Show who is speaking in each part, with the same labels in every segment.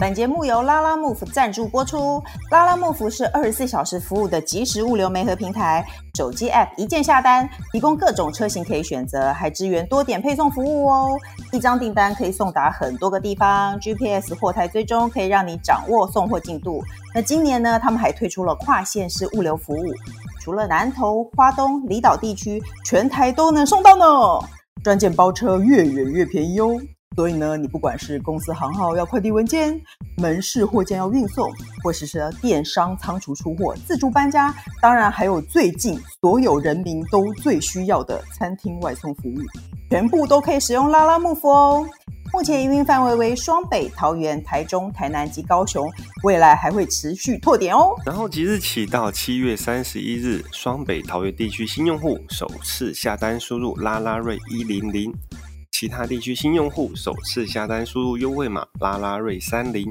Speaker 1: 本节目由拉拉 Move 赞助播出。拉拉 Move 是二十四小时服务的即时物流媒合平台，手机 App 一键下单，提供各种车型可以选择，还支援多点配送服务哦。一张订单可以送达很多个地方，GPS 货台追踪可以让你掌握送货进度。那今年呢，他们还推出了跨县市物流服务，除了南投、花东、离岛地区，全台都能送到呢。专件包车越远越便宜哦。所以呢，你不管是公司行号要快递文件，门市货件要运送，或是是电商仓储出货、自助搬家，当然还有最近所有人民都最需要的餐厅外送服务，全部都可以使用拉拉木服哦。目前营运范围为双北、桃园、台中、台南及高雄，未来还会持续拓点哦。
Speaker 2: 然后即日起到七月三十一日，双北桃园地区新用户首次下单输入拉拉瑞一零零，其他地区新用户首次下单输入优惠码拉拉瑞三零，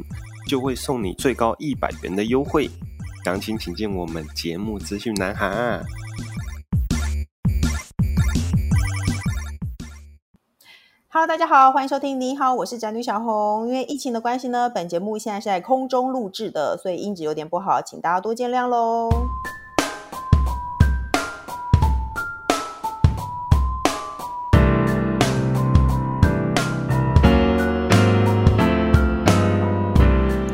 Speaker 2: 就会送你最高一百元的优惠。详情请见我们节目资讯栏哈。
Speaker 1: Hello，大家好，欢迎收听。你好，我是宅女小红。因为疫情的关系呢，本节目现在是在空中录制的，所以音质有点不好，请大家多见谅喽。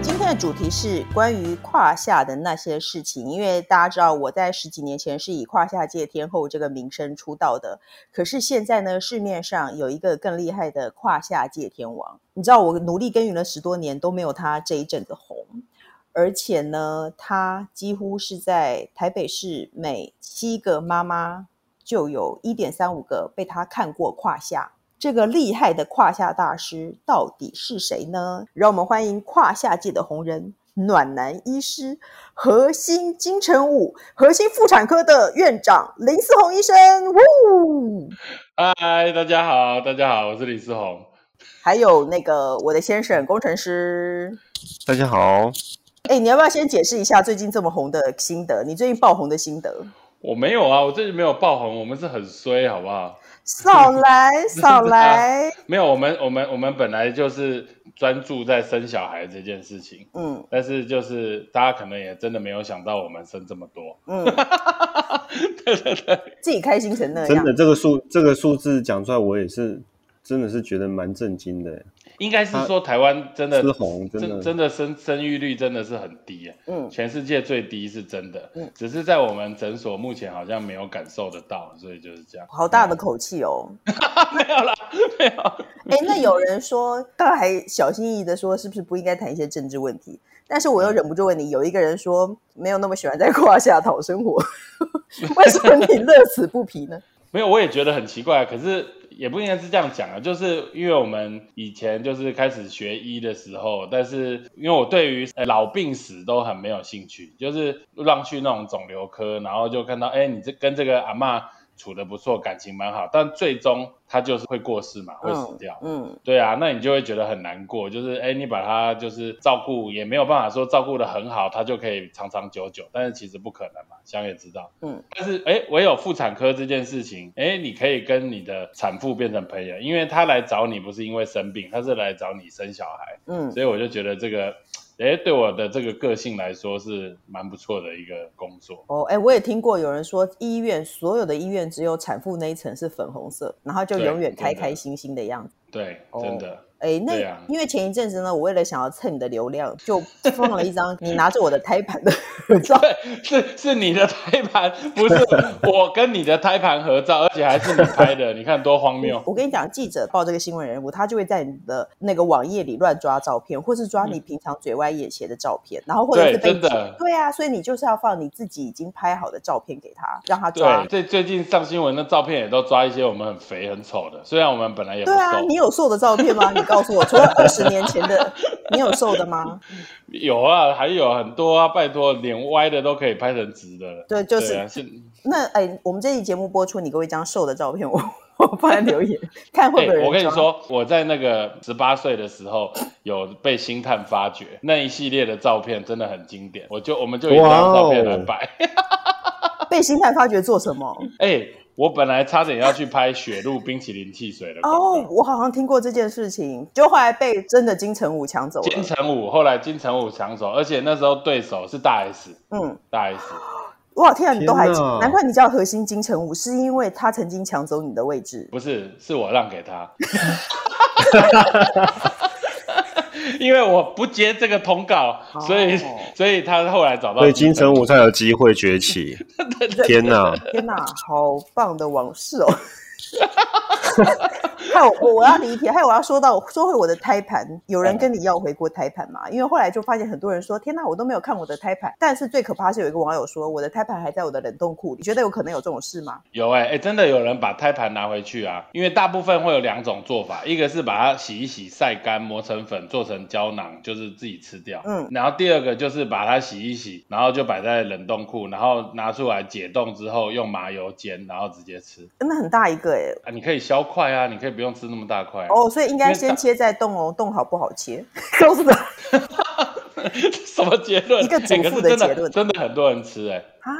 Speaker 1: 今天的主题是关于胯下的那些事情，因为大家知道我在十几年前是以胯下界天后这个名声出道的，可是现在呢，市面上有一个更厉害的胯下界天王，你知道我努力耕耘了十多年都没有他这一阵子红，而且呢，他几乎是在台北市每七个妈妈就有一点三五个被他看过胯下。这个厉害的胯下大师到底是谁呢？让我们欢迎胯下界的红人暖男医师、核心金城武、核心妇产科的院长林思宏医生，呜，
Speaker 3: 嗨，大家好，大家好，我是李思宏。
Speaker 1: 还有那个我的先生工程师。
Speaker 2: 大家好，
Speaker 1: 哎，你要不要先解释一下最近这么红的心得？你最近爆红的心 得？
Speaker 3: 我没有啊，我最近没有爆红，我们是很衰，好不好？
Speaker 1: 少来，少来，
Speaker 3: 没有，我们我们我们本来就是专注在生小孩这件事情，
Speaker 1: 嗯
Speaker 3: 但是就是大家可能也真的没有想到我们生这么多，
Speaker 1: 嗯，
Speaker 3: 对对对，
Speaker 1: 自己开心成那
Speaker 2: 真
Speaker 1: 样
Speaker 2: 的。这个数这个数字讲出来，我也是真的是觉得蛮震惊的，
Speaker 3: 应该是说台湾真的
Speaker 2: 啊思宏真
Speaker 3: 真
Speaker 2: 的
Speaker 3: 真的生生育率真的是很低、啊，
Speaker 1: 嗯
Speaker 3: 全世界最低是真的，
Speaker 1: 嗯
Speaker 3: 只是在我们诊所目前好像没有感受得到，所以就是这样。
Speaker 1: 好大的口气哦！
Speaker 3: 嗯 没有啦，没有。
Speaker 1: 哎，那有人说，刚才还小心翼翼的说，是不是不应该谈一些政治问题？但是我
Speaker 3: 嗯
Speaker 1: 又忍不住问你，有一个人说没有那么喜欢在胯下讨生 活，为什么你乐此不疲呢？
Speaker 3: 没有，我也觉得很奇怪，可是也不应该是这样讲啊，就是因为我们以前就是开始学医的时候，但是因为我对于呃老病死都很没有兴趣，就是让去那种肿瘤科，然后就看到，哎，你这跟这个阿嬷处的不错，感情蛮好，但最终她就是会过世嘛，会死掉。
Speaker 1: 嗯，
Speaker 3: 对啊，那你就会觉得很难过，就是哎，你把他就是照顾也没有办法说照顾的很好，他就可以长长久久，但是其实不可能嘛，想也知道。
Speaker 1: 嗯，
Speaker 3: 但是哎，唯有妇产科这件事情，哎，你可以跟你的产妇变成朋友，因为她来找你不是因为生病，她是来找你生小孩，
Speaker 1: 嗯嗯，
Speaker 3: 所以我就觉得这个，哎，对我的这个个性来说是蛮不错的一个工作。
Speaker 1: 哦，哎，我也听过有人说，医院所有的医院只有产妇那一层是粉红色，然后就
Speaker 3: 对
Speaker 1: 永远
Speaker 3: 真
Speaker 1: 开
Speaker 3: 的
Speaker 1: 开心心的样子。
Speaker 3: 对，
Speaker 1: 哦
Speaker 3: 真的，
Speaker 1: 哎，那
Speaker 3: 对啊
Speaker 1: 因为前一阵子呢，我为了想要蹭你的流量，就放了一 张你拿着我的胎盘的合照。
Speaker 3: 是是你的胎盘，不是我跟你的胎盘合照，而且还是你拍的，你看多荒谬。
Speaker 1: 我跟你讲，记者报这个新闻人物，他就会在你的那个网页里乱抓照片，或是抓你平常嘴歪眼斜的照片，然后或者
Speaker 3: 嗯对
Speaker 1: 是被
Speaker 3: 真的
Speaker 1: 对啊，所以你就是要放你自己已经拍好的照片给他，让他抓
Speaker 3: 对，。最最近上新闻的照片也都抓一些我们很肥很丑的，虽然我们本来也不
Speaker 1: 对啊，
Speaker 3: 瘦，
Speaker 1: 你有瘦的照片吗？你告诉我，除了二十年前的，你有瘦的吗？
Speaker 3: 有啊，还有很多啊，拜托，脸歪的都可以拍成直的了。
Speaker 1: 对，就是、
Speaker 3: 对啊，是
Speaker 1: 那哎，我们这期节目播出，你给我一张瘦的照片，我我放在留言，看会
Speaker 3: 哎、
Speaker 1: 不会有人、
Speaker 3: 我跟你，说，我在那个十八岁的时候有被星探发掘，那一系列的照片真的很经典，我就我们就一
Speaker 2: 哇
Speaker 3: 张
Speaker 2: 哦
Speaker 3: 照片来摆。
Speaker 1: 被星探发掘做什么？
Speaker 3: 哎、我本来差点要去拍雪露冰淇淋汽水的广告
Speaker 1: 哦，我好像听过这件事情，就后来被真的金城武抢走
Speaker 3: 金
Speaker 1: 了。
Speaker 3: 城武后来金城武抢手，而且那时候对手是大 S，
Speaker 1: 嗯，
Speaker 3: 大 S。
Speaker 1: 哇，天啊，你都还
Speaker 2: 天哪
Speaker 1: 难怪你叫核心金城武，是因为他曾经抢走你的位置。
Speaker 3: 不是，是我让给他， 因为我不接这个通告，所以
Speaker 1: 哦
Speaker 3: 所以他后来找到
Speaker 2: 所以金城武才有机会崛 起。天哪！
Speaker 1: 天哪，好棒的往事哦！ 害我我我要离题，害我要说到说回我的胎盘，有
Speaker 3: 嗯
Speaker 1: 人跟你要回过胎盘吗？因为后来就发现很多人说，天哪，我都没有看我的胎盘。但是最可怕是有一个网友说，我的胎盘还在我的冷冻库里，觉得有可能有这种事吗？
Speaker 3: 有哎、欸、哎、真的有人把胎盘拿回去啊，因为大部分会有两种做法，一个是把它洗一洗、晒干、磨成粉，做成胶囊，就是自己吃掉。
Speaker 1: 嗯
Speaker 3: 然后第二个就是把它洗一洗，然后就摆在冷冻库，然后拿出来解冻之后用麻油煎，然后直接吃
Speaker 1: 真的很大一个哎、
Speaker 3: 啊。你可以削块啊，你可以不用吃那么大块、啊
Speaker 1: 哦，所以应该
Speaker 3: 因
Speaker 1: 先
Speaker 3: 为大
Speaker 1: 切再冻哦，冻好不好切？ 告 诉他
Speaker 3: 什么结论？
Speaker 1: 一个主
Speaker 3: 欸可
Speaker 1: 妇
Speaker 3: 是
Speaker 1: 的
Speaker 3: 真
Speaker 1: 结论
Speaker 3: 真的很多人吃哎、欸。
Speaker 1: 啊，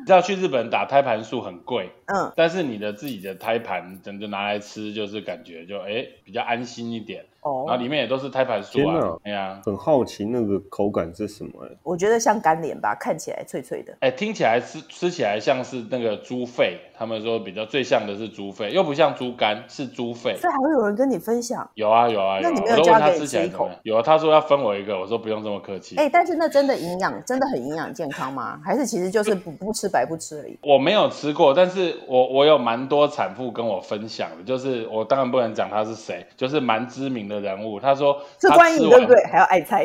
Speaker 3: 你知道去日本打胎盘素很贵，
Speaker 1: 嗯，
Speaker 3: 但是你的自己的胎盘真的拿来吃，就是感觉就哎、欸比较安心一点。然后
Speaker 1: 哦，
Speaker 3: 里面也都是胎盘素
Speaker 2: 天
Speaker 3: 啊
Speaker 2: 哪，
Speaker 3: 哎呀、
Speaker 2: 很好奇那个口感是什么、欸？
Speaker 1: 我觉得像干莲吧，看起来脆脆的。
Speaker 3: 哎、听起来吃吃起来像是那个猪肺，他们说比较最像的是猪肺，又不像猪肝，是猪肺。
Speaker 1: 所以还会有人跟你分享，
Speaker 3: 有啊有啊有
Speaker 1: 那
Speaker 3: 啊，
Speaker 1: 你没
Speaker 3: 我
Speaker 1: 有
Speaker 3: 都
Speaker 1: 叫
Speaker 3: 问
Speaker 1: 他
Speaker 3: 他
Speaker 1: 给你
Speaker 3: 吃起来
Speaker 1: 吃一
Speaker 3: 怎么
Speaker 1: 口
Speaker 3: 样，有啊，他说要分我一个，我说不用这么客气。
Speaker 1: 哎、但是那真的营养，真的很营养健康吗？还是其实就是不不吃白不吃而已？
Speaker 3: 我没有吃过，但是我我有蛮多产妇跟我分享的，就是我当然不能讲她是谁，就是蛮知名的人物。她说
Speaker 1: 是
Speaker 3: 她
Speaker 1: 关于
Speaker 3: 吃
Speaker 1: 对
Speaker 3: 完
Speaker 1: 不对？还要爱猜，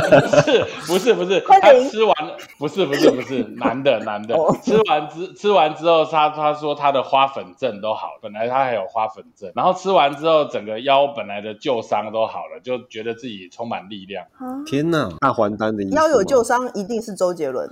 Speaker 3: 不是不是
Speaker 1: 快，
Speaker 3: 他
Speaker 1: 点
Speaker 3: 吃完不是不是不是男的男的
Speaker 1: 哦，
Speaker 3: 吃完之吃完之后，他他说他的花粉症都好，本来他还有花粉症，然后吃完之后整个腰本来的旧伤都好了，就觉得自己充满力量。
Speaker 2: 天哪！大还丹的意思吗
Speaker 1: 腰有旧伤一定是周杰伦。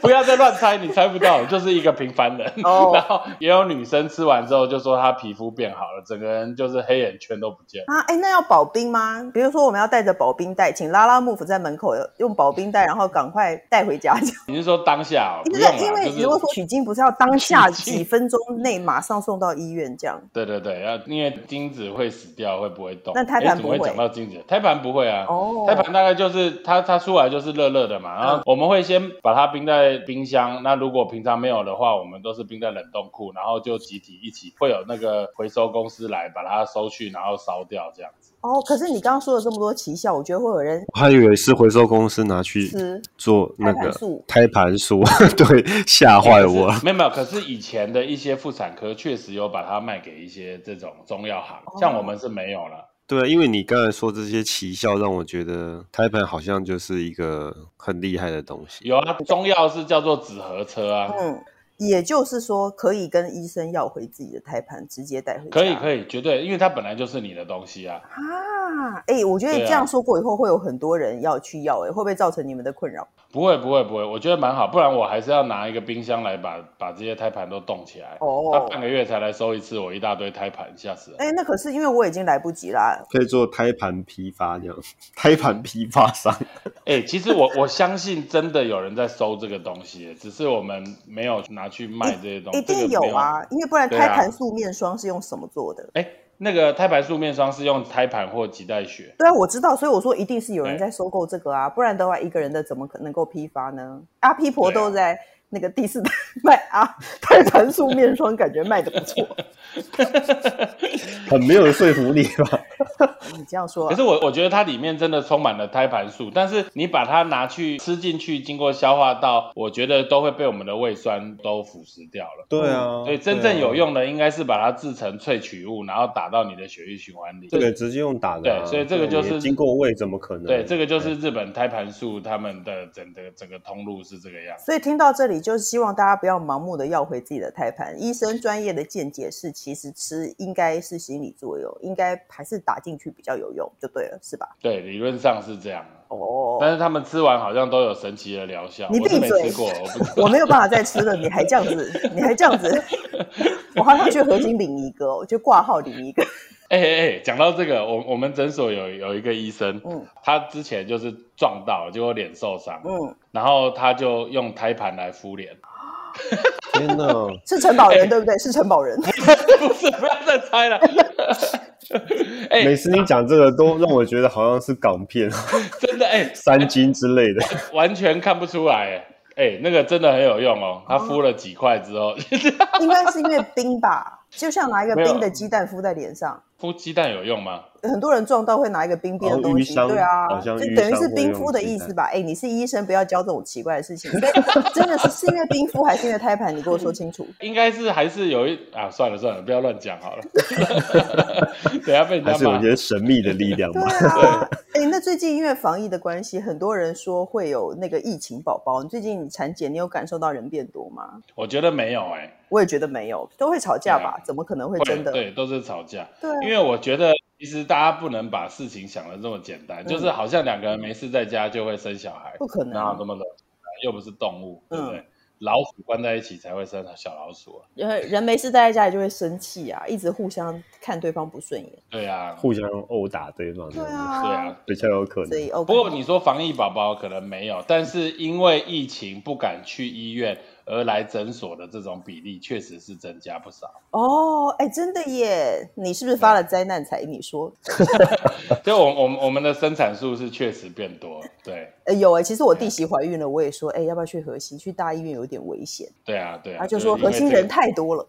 Speaker 3: 不要再乱猜，你猜不到，就是一个平凡人。
Speaker 1: 哦
Speaker 3: 然后也有女生吃完之后就说她皮肤变好了，整个人就是黑眼圈都不见了。
Speaker 1: 啊，哎，那要保冰吗？比如说我们要带着保冰袋，请拉拉幕府在门口用保冰袋，然后赶快带回家。
Speaker 3: 你是说当下、哦？
Speaker 1: 因
Speaker 3: 不
Speaker 1: 为
Speaker 3: 用
Speaker 1: 因
Speaker 3: 了，
Speaker 1: 为
Speaker 3: 就是
Speaker 1: 如果说取经不是要当下
Speaker 3: 取经
Speaker 1: 几分钟内马上送到医院这样，
Speaker 3: 对对对，要因为精子会死掉，会不会动？哎
Speaker 1: 那胎盘
Speaker 3: 诶怎么
Speaker 1: 不会
Speaker 3: 讲到精子，胎盘不会啊。
Speaker 1: 哦
Speaker 3: 胎盘大概就是它它出来就是热热的嘛，
Speaker 1: 嗯
Speaker 3: 然后我们会先把它冰在冰箱。那如果平常没有的话，我们都是冰在冷冻库，然后就集体一起会有那个回收公司来把它收去，然后烧掉这样子。
Speaker 1: 哦，可是你刚刚说了这么多奇效，我觉得会有人
Speaker 2: 我还以为是回收公司拿去
Speaker 1: 吃
Speaker 2: 做那
Speaker 1: 胎
Speaker 2: 个
Speaker 1: 盘素
Speaker 2: 胎盘素， 对，吓坏我
Speaker 3: 可
Speaker 2: 了
Speaker 3: 是。没有没有，可是以前的一些妇产科确实有把它卖给一些这种中药行，
Speaker 1: 哦
Speaker 3: 像我们是没有了。
Speaker 2: 对啊，因为你刚才说这些奇效，让我觉得胎盘好像就是一个很厉害的东西。
Speaker 3: 有啊，中药是叫做纸盒车啊。
Speaker 1: 嗯。也就是说，可以跟医生要回自己的胎盘，直接带回家。
Speaker 3: 可以
Speaker 1: 以
Speaker 3: 可以，绝对，因为它本来就是你的东西啊。
Speaker 1: 啊！哎、我觉得
Speaker 3: 对啊
Speaker 1: 这样说过以后，会有很多人要去要、哎，会不会造成你们的困扰？
Speaker 3: 不会不会不会，我觉得蛮好，不然我还是要拿一个冰箱来把把这些胎盘都冻起来。
Speaker 1: 哦
Speaker 3: 他半个月才来收一次，我一大堆胎盘，吓死人。
Speaker 1: 哎、那可是因为我已经来不及啦，
Speaker 2: 可以做胎盘批发这样， 胎盘批发商。
Speaker 3: 哎、其实我我相信真的有人在收这个东西，只是我们没有拿去卖这些东西。
Speaker 1: 一定
Speaker 3: 这个没
Speaker 1: 有
Speaker 3: 有
Speaker 1: 啊，因为不然
Speaker 3: 对
Speaker 1: 胎
Speaker 3: 啊
Speaker 1: 盘素面霜是用什么做的？
Speaker 3: 哎、那个胎盘素面霜是用胎盘或脐带血，
Speaker 1: 对啊，我知道，所以我说一定是有人
Speaker 3: 对
Speaker 1: 在收购这个啊，不然的话，一个人的怎么可能够批发呢？阿批婆
Speaker 3: 对啊
Speaker 1: 都在那个第四代 卖啊，胎盘素面霜感觉卖的不 错。
Speaker 2: 很没有说服力 吧？
Speaker 1: 你这样说
Speaker 3: 可
Speaker 1: 啊，
Speaker 3: 是我我觉得它里面真的充满了胎盘素，但是你把它拿去吃进去，经过消化道，我觉得都会被我们的胃酸都腐蚀掉了。
Speaker 2: 对啊，
Speaker 3: 所以真正有用的应该是把它制成萃取物，然后打到你的血液循环里。
Speaker 2: 对啊。这个直接用打的啊、
Speaker 3: 对所以这个
Speaker 2: 对
Speaker 3: 就是
Speaker 2: 经过胃怎么可能？
Speaker 3: 对，这个就是日本胎盘素他们的整个整个通路是这个样子。
Speaker 1: 所以听到这里，就是希望大家不要盲目的要回自己的胎盘。医生专业的见解是，其实吃应该是心理作用，应该还是打进去比较有用，就对了，是吧？
Speaker 3: 对，理论上是这样，
Speaker 1: 哦，
Speaker 3: 但是他们吃完好像都有神奇的疗效。
Speaker 1: 你
Speaker 3: 我是
Speaker 1: 闭
Speaker 3: 没
Speaker 1: 嘴
Speaker 3: 吃过，我不知道。
Speaker 1: 我没有办法再吃了，你还这样子，你还这样子，我好想去合金领一个、哦，就挂号领一个。
Speaker 3: 哎哎哎，讲到这个，我我们诊所有有一个医生，
Speaker 1: 嗯
Speaker 3: 他之前就是撞到，结果脸受伤，
Speaker 1: 嗯，
Speaker 3: 然后他就用胎盘来敷脸。
Speaker 2: 天哪！
Speaker 1: 是承保人对不对？是承保人。
Speaker 3: 不是，不要再 猜了。哎、
Speaker 2: 每次你讲这个，都让我觉得好像是港 片、
Speaker 3: 真的哎、
Speaker 2: 三金之类的。
Speaker 3: 完全看不出来哎。哎、那个真的很有用哦，他敷了几块之后，
Speaker 1: 应该是因为冰吧，就像拿一个
Speaker 3: 没有
Speaker 1: 冰的鸡蛋敷在脸上，
Speaker 3: 敷鸡蛋有用吗？
Speaker 1: 很多人撞到会拿一个冰冰的
Speaker 2: 哦
Speaker 1: 东
Speaker 2: 淤
Speaker 1: 西，
Speaker 2: 伤
Speaker 1: 对啊，
Speaker 2: 好像
Speaker 1: 就
Speaker 2: 淤
Speaker 1: 等于
Speaker 2: 伤
Speaker 1: 是
Speaker 2: 会
Speaker 1: 冰
Speaker 2: 用
Speaker 1: 敷的
Speaker 2: 鸡
Speaker 1: 意思
Speaker 2: 蛋
Speaker 1: 吧？哎，你是医生，不要教这种奇怪的事情。你跟 真的是是因为冰敷还是因为胎盘？你给我说清 楚。
Speaker 3: 应该是还是有一啊，算了算了，不要乱讲好了， 等一下被人
Speaker 2: 还
Speaker 3: 家
Speaker 2: 是有
Speaker 3: 骂。
Speaker 2: 些神秘的力量
Speaker 1: 对
Speaker 2: 吧。
Speaker 1: 啊， 哎，那最近因为防疫的关系，很多人说会有那个疫情宝宝。你最近你产检，你有感受到人变多吗？
Speaker 3: 我觉得没有哎、
Speaker 1: 我也觉得没有，都会吵架吧？
Speaker 3: 对啊
Speaker 1: 怎么可能会
Speaker 3: 会
Speaker 1: 真的？
Speaker 3: 对，都是吵架。
Speaker 1: 对
Speaker 3: 因
Speaker 1: 啊，
Speaker 3: 为我觉得其实大家不能把事情想的这么简单，就是好像两个人没事在家就会生小孩，
Speaker 1: 不可
Speaker 3: 哪有
Speaker 1: 能。
Speaker 3: 那么容易？又不是动物，对不对？
Speaker 1: 嗯
Speaker 3: 老鼠关在一起才会生小老鼠啊，
Speaker 1: 人人没事待在家里就会生气啊，一直互相看对方不顺眼。
Speaker 3: 对啊，
Speaker 2: 互相殴打对方，
Speaker 1: 对
Speaker 3: 对
Speaker 1: 啊，
Speaker 3: 啊。
Speaker 2: 比较有
Speaker 1: 所
Speaker 2: 可能。
Speaker 1: 以 OK。
Speaker 3: 不过你说防疫宝宝可能没有，但是因为疫情不敢去医院而来诊所的这种比例确实是增加不 少。
Speaker 1: 哦，哎，真的耶！你是不是发了灾难财？你说，
Speaker 3: 就我我们我们的生产数是确实变多，对啊
Speaker 1: 呃，有哎，其实我弟媳怀孕了，我也说，哎，要不要去河西？去大医院有点危险。
Speaker 3: 对啊对啊。
Speaker 1: 他就是说
Speaker 3: 因为
Speaker 1: 河西
Speaker 3: 这个
Speaker 1: 人太多 了。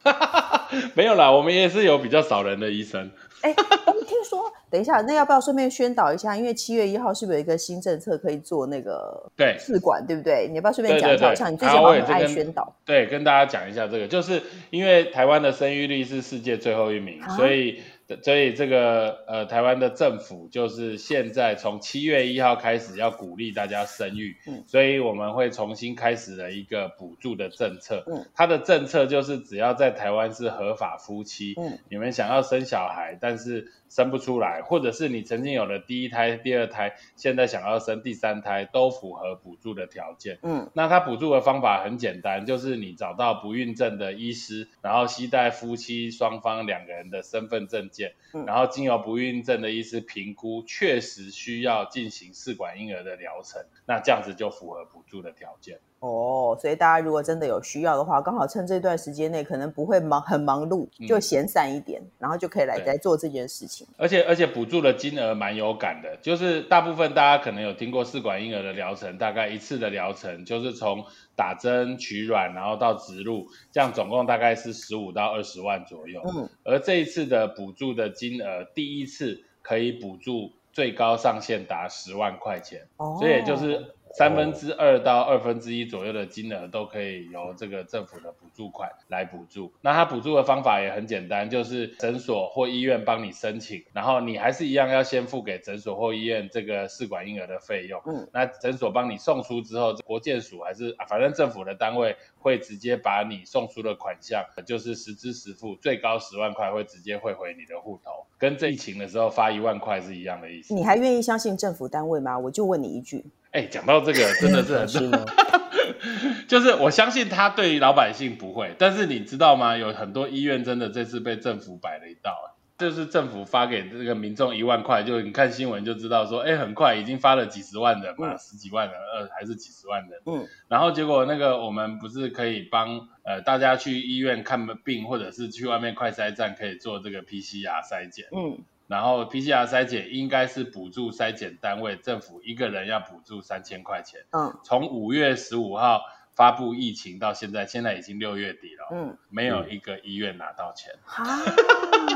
Speaker 3: 没有啦，我们也是有比较少人的医生。
Speaker 1: 哎，我听说，等一下，那要不要顺便宣导一下？因为七月一号是不是有一个新政策可以做那个
Speaker 3: 对
Speaker 1: 试管，对不对？你要不要顺便
Speaker 3: 对
Speaker 1: 讲一
Speaker 3: 对
Speaker 1: 下？
Speaker 3: 对
Speaker 1: 好像你最
Speaker 3: 啊
Speaker 1: 近好
Speaker 3: 我
Speaker 1: 像
Speaker 3: 也
Speaker 1: 很
Speaker 3: 这
Speaker 1: 爱
Speaker 3: 边
Speaker 1: 宣导。
Speaker 3: 对，跟大家讲一下这个，就是因为台湾的生育率是世界最后一名，
Speaker 1: 啊
Speaker 3: 所以所以这个呃台湾的政府就是现在从七月一号开始要鼓励大家生育，
Speaker 1: 嗯
Speaker 3: 所以我们会重新开始了一个补助的政策。
Speaker 1: 嗯
Speaker 3: 它的政策就是只要在台湾是合法夫妻，
Speaker 1: 嗯
Speaker 3: 你们想要生小孩，但是生不出来，或者是你曾经有了第一胎、第二胎，现在想要生第三胎，都符合补助的条件。
Speaker 1: 嗯
Speaker 3: 那它补助的方法很简单，就是你找到不孕症的医师，然后携带夫妻双方两个人的身份证件，
Speaker 1: 嗯
Speaker 3: 然后经由不孕症的医师评估，确实需要进行试管婴儿的疗程，那这样子就符合补助的条件。
Speaker 1: 哦，所以大家如果真的有需要的话，刚好趁这段时间内可能不会忙很忙碌，就
Speaker 3: 嗯
Speaker 1: 闲散一点，然后就可以来
Speaker 3: 对
Speaker 1: 来做这件事情。
Speaker 3: 而且而且补助的金额蛮有感的，就是大部分大家可能有听过试管婴儿的疗程，大概一次的疗程就是从打针、取卵，然后到植入，这样总共大概是十五到二十万左右。
Speaker 1: 嗯，
Speaker 3: 而这一次的补助的金额，第一次可以补助最高上限达十万块钱，
Speaker 1: 哦，
Speaker 3: 所以也就是三分之二到二分之一左右的金额都可以由这个政府的补助款来补助。那它补助的方法也很简单，就是诊所或医院帮你申请，然后你还是一样要先付给诊所或医院这个试管婴儿的费用。
Speaker 1: 嗯
Speaker 3: 那诊所帮你送出之后，国健署还是、啊、反正政府的单位会直接把你送出的款项，就是实支实付，最高十万块会直接汇回你的户头，跟这疫情的时候发一万块是一样的意思。
Speaker 1: 你还愿意相信政府单位吗？我就问你一句，
Speaker 3: 哎、讲到这个真的是啊很
Speaker 2: 是吗？
Speaker 3: 就是我相信他对于老百姓不会，但是你知道吗？有很多医院真的这次被政府摆了一道，就是政府发给这个民众一万块，就你看新闻就知道说，哎，很快已经发了几十万人嘛，
Speaker 1: 嗯
Speaker 3: 十几万人，呃，还是几十万人，
Speaker 1: 嗯，
Speaker 3: 然后结果那个我们不是可以帮呃大家去医院看病，或者是去外面快筛站可以做这个 PCR 筛检，
Speaker 1: 嗯，
Speaker 3: 然后 PCR 筛检应该是补助筛检单位政府一个人要补助三千块钱。
Speaker 1: 嗯
Speaker 3: 从五月十五号发布疫情到现在，现在已经六月底了，
Speaker 1: 嗯，
Speaker 3: 没有一个医院拿到 钱。
Speaker 1: 哈，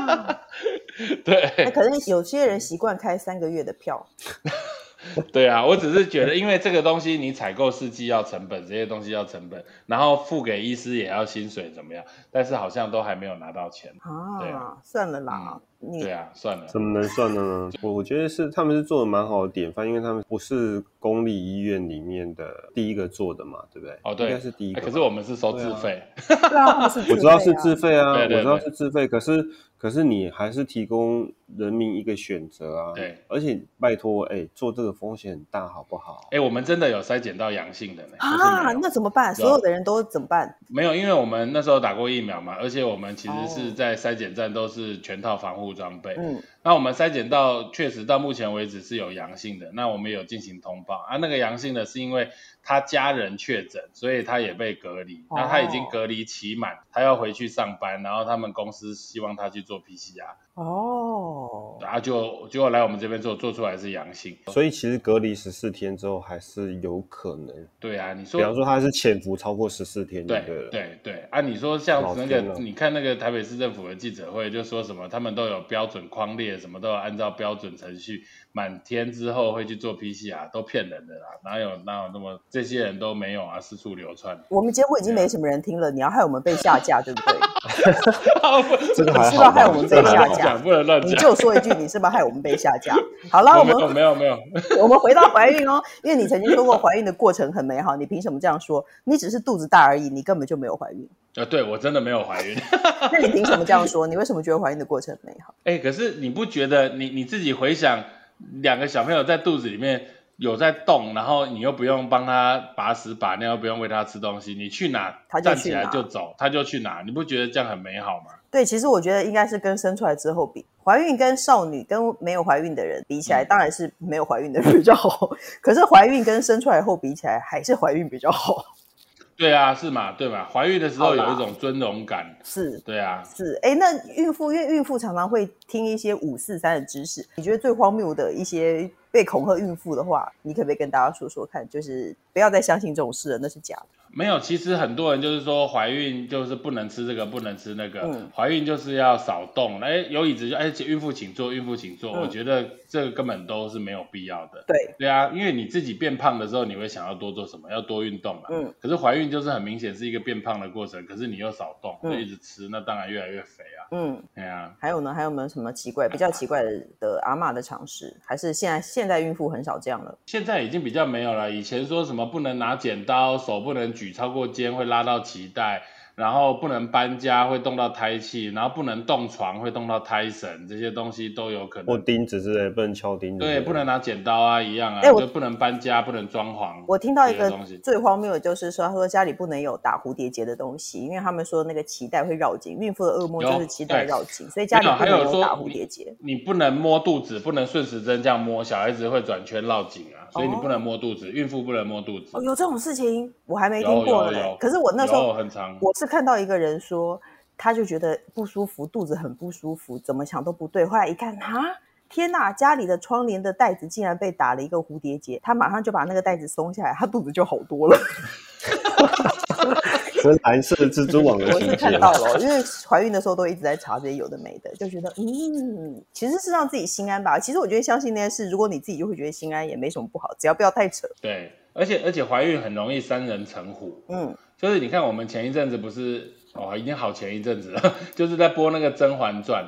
Speaker 1: 那
Speaker 3: 对
Speaker 1: 可能有些人习惯开三个月的票，
Speaker 3: 对啊，我只是觉得，因为这个东西你采购试剂要成本，这些东西要成本，然后付给医师也要薪水，怎么样？但是好像都还没有拿到钱。对
Speaker 1: 啊
Speaker 3: 啊，
Speaker 1: 算了啦，你
Speaker 3: 对啊，算了。
Speaker 2: 怎么能算的呢？我我觉得是他们是做的蛮好的典范，因为他们不是公立医院里面的第一个做的嘛，对不对？
Speaker 3: 哦，对，
Speaker 2: 应该是第一个
Speaker 3: 哎
Speaker 2: 吧。
Speaker 3: 嗯 可是我们是收自费，
Speaker 1: 对啊，他们是自费啊
Speaker 2: 我知道是自费啊，
Speaker 3: 对对对
Speaker 2: 我知道是自费，可是可是你还是提供人民一个选择啊。
Speaker 3: 对，
Speaker 2: 而且拜托，哎、做这个风险很大，好不好？
Speaker 3: 哎，我们真的有筛检到阳性的呢，就是
Speaker 1: 啊
Speaker 3: 没，有
Speaker 1: 那怎么办？
Speaker 3: 对
Speaker 1: 所有的人都怎么办？
Speaker 3: 没有，因为我们那时候打过疫苗嘛，而且我们其实是
Speaker 1: 哦
Speaker 3: 在筛检站都是全套防护装备。
Speaker 1: 嗯，
Speaker 3: 那我们筛检到确实到目前为止是有阳性的，那我们有进行通报啊。那个阳性的是因为他家人确诊，所以他也被隔离，
Speaker 1: 哦
Speaker 3: 那他已经隔离期满，他要回去上班，然后他们公司希望他去做 PCR，
Speaker 1: 哦，
Speaker 3: 然后啊就结果来我们这边做，做出来是阳性。
Speaker 2: 所以其实隔离十四天之后，还是有可能，
Speaker 3: 对啊，你
Speaker 2: 比方
Speaker 3: 说。
Speaker 2: 说它是潜伏超过十四天就
Speaker 3: 对
Speaker 2: 了。
Speaker 3: 对对啊！你说像
Speaker 2: 老
Speaker 3: 那
Speaker 2: 天
Speaker 3: 个
Speaker 2: 了，
Speaker 3: 你看那个台北市政府的记者会，就说什么他们都有标准框列，什么都有按照标准程序，满天之后会去做 PCR，都骗人的啦！哪有哪有那么这些人都没有啊，四处流窜。
Speaker 1: 我们节目已
Speaker 3: 啊
Speaker 1: 经没什么人听了，你要害我们被下架，对不 对？
Speaker 2: 这个还
Speaker 1: 是不是
Speaker 2: 好吧，
Speaker 1: 害我们
Speaker 2: 这个
Speaker 1: 被
Speaker 2: 还
Speaker 1: 下
Speaker 2: 好
Speaker 1: 架
Speaker 3: 讲，不能乱
Speaker 1: 你
Speaker 3: 讲。
Speaker 1: 就说一句，你是不是害我们被下 架？好了，我
Speaker 3: 我没有
Speaker 1: 们
Speaker 3: 没有没 有，
Speaker 1: 我们回到怀孕哦，因为你曾经说过怀孕的过程很美好，你凭什么这样说？你只是肚子大而已，你根本就没有怀孕。
Speaker 3: 呃，对我真的没有怀孕。
Speaker 1: 那你凭什么这样说？你为什么觉得怀孕的过程美好？
Speaker 3: 哎、可是你不觉得你你自己回想，两个小朋友在肚子里面有在动，然后你又不用帮他把屎把尿，不用喂他吃东西，你去哪
Speaker 1: 他就
Speaker 3: 站
Speaker 1: 去
Speaker 3: 起来
Speaker 1: 哪
Speaker 3: 就走，他就去哪，你不觉得这样很美好吗？
Speaker 1: 对，其实我觉得应该是跟生出来之后比，怀孕跟少女跟没有怀孕的人比起来，当然是没有怀孕的人比较好。可是怀孕跟生出来后比起来，还是怀孕比较好。
Speaker 3: 对啊，是嘛，对嘛，怀孕的时候
Speaker 1: 好啦
Speaker 3: 有一种尊荣感，
Speaker 1: 是
Speaker 3: 对啊，
Speaker 1: 是，哎，那孕妇因为孕妇常常会听一些五四三的知识，你觉得最荒谬的一些被恐吓孕妇的话，你可不可以跟大家说说看？就是不要再相信这种事了，那是假的。
Speaker 3: 没有，其实很多人就是说怀孕就是不能吃这个，不能吃那个，
Speaker 1: 嗯
Speaker 3: 怀孕就是要少动。哎，有椅子就哎，且孕妇请坐，孕妇请坐。
Speaker 1: 嗯
Speaker 3: 我觉得这个根本都是没有必要的。
Speaker 1: 对，
Speaker 3: 对啊，因为你自己变胖的时候，你会想要多做什么？要多运动嘛。
Speaker 1: 嗯
Speaker 3: 可是怀孕就是很明显是一个变胖的过程，可是你又少动，
Speaker 1: 嗯
Speaker 3: 就一直吃，那当然越来越肥啊。
Speaker 1: 嗯，
Speaker 3: 对啊，
Speaker 1: 还有呢？还有没有什么奇怪、比较奇怪的的阿嬷的常识？还是现在现在孕妇很少这样了？
Speaker 3: 现在已经比较没有了。以前说什么不能拿剪刀，手不能举超过肩会拉到脐带，然后不能搬家会动到胎气，然后不能动床会动到胎神，这些东西都有可
Speaker 2: 或
Speaker 3: 能。
Speaker 2: 钉子之类，不能敲钉子之类
Speaker 3: 对，
Speaker 2: 的。
Speaker 3: 不能拿剪刀啊，一样啊，
Speaker 1: 哎我
Speaker 3: 就不能搬家，不能装潢。
Speaker 1: 我听到一
Speaker 3: 这些
Speaker 1: 个
Speaker 3: 东西
Speaker 1: 最荒谬的就是说，他说家里不能有打蝴蝶结的东西，因为他们说那个脐带会绕颈，孕妇的噩梦就
Speaker 3: 有
Speaker 1: 是脐带
Speaker 3: 对
Speaker 1: 绕颈，所以家里
Speaker 3: 没有
Speaker 1: 不
Speaker 3: 还有
Speaker 1: 能有
Speaker 3: 说
Speaker 1: 打
Speaker 3: 你
Speaker 1: 蝴蝶结。
Speaker 3: 你不能摸肚子，不能顺时针这样摸，小孩子会转圈绕颈啊，所以你不能摸肚子，孕妇不能摸肚子。
Speaker 1: 哦哦，有这种事情，我还没
Speaker 3: 有
Speaker 1: 听过
Speaker 3: 有
Speaker 1: 嘞
Speaker 3: 有。
Speaker 1: 可是我那时候
Speaker 3: 有很长，
Speaker 1: 我是看到一个人说，他就觉得不舒服，肚子很不舒服，怎么想都不对。后来一看，啊，天呐，家里的窗帘的带子竟然被打了一个蝴蝶结，他马上就把那个带子松下来，他肚子就好多了。
Speaker 2: 这是蓝色蜘蛛网的
Speaker 1: 我
Speaker 2: 情
Speaker 1: 是看
Speaker 2: 节。
Speaker 1: 到 了，因为怀孕的时候都一直在查这些有的没的，就觉得嗯，其实是让自己心安吧。其实我觉得相信那些事，如果你自己就会觉得心安，也没什么不好，只要不要太扯。
Speaker 3: 对，而且而且怀孕很容易三人成虎，
Speaker 1: 嗯，
Speaker 3: 就是你看我们前一阵子不是哦，已经好前一阵子了， 就是在播那个《甄 嬛传》，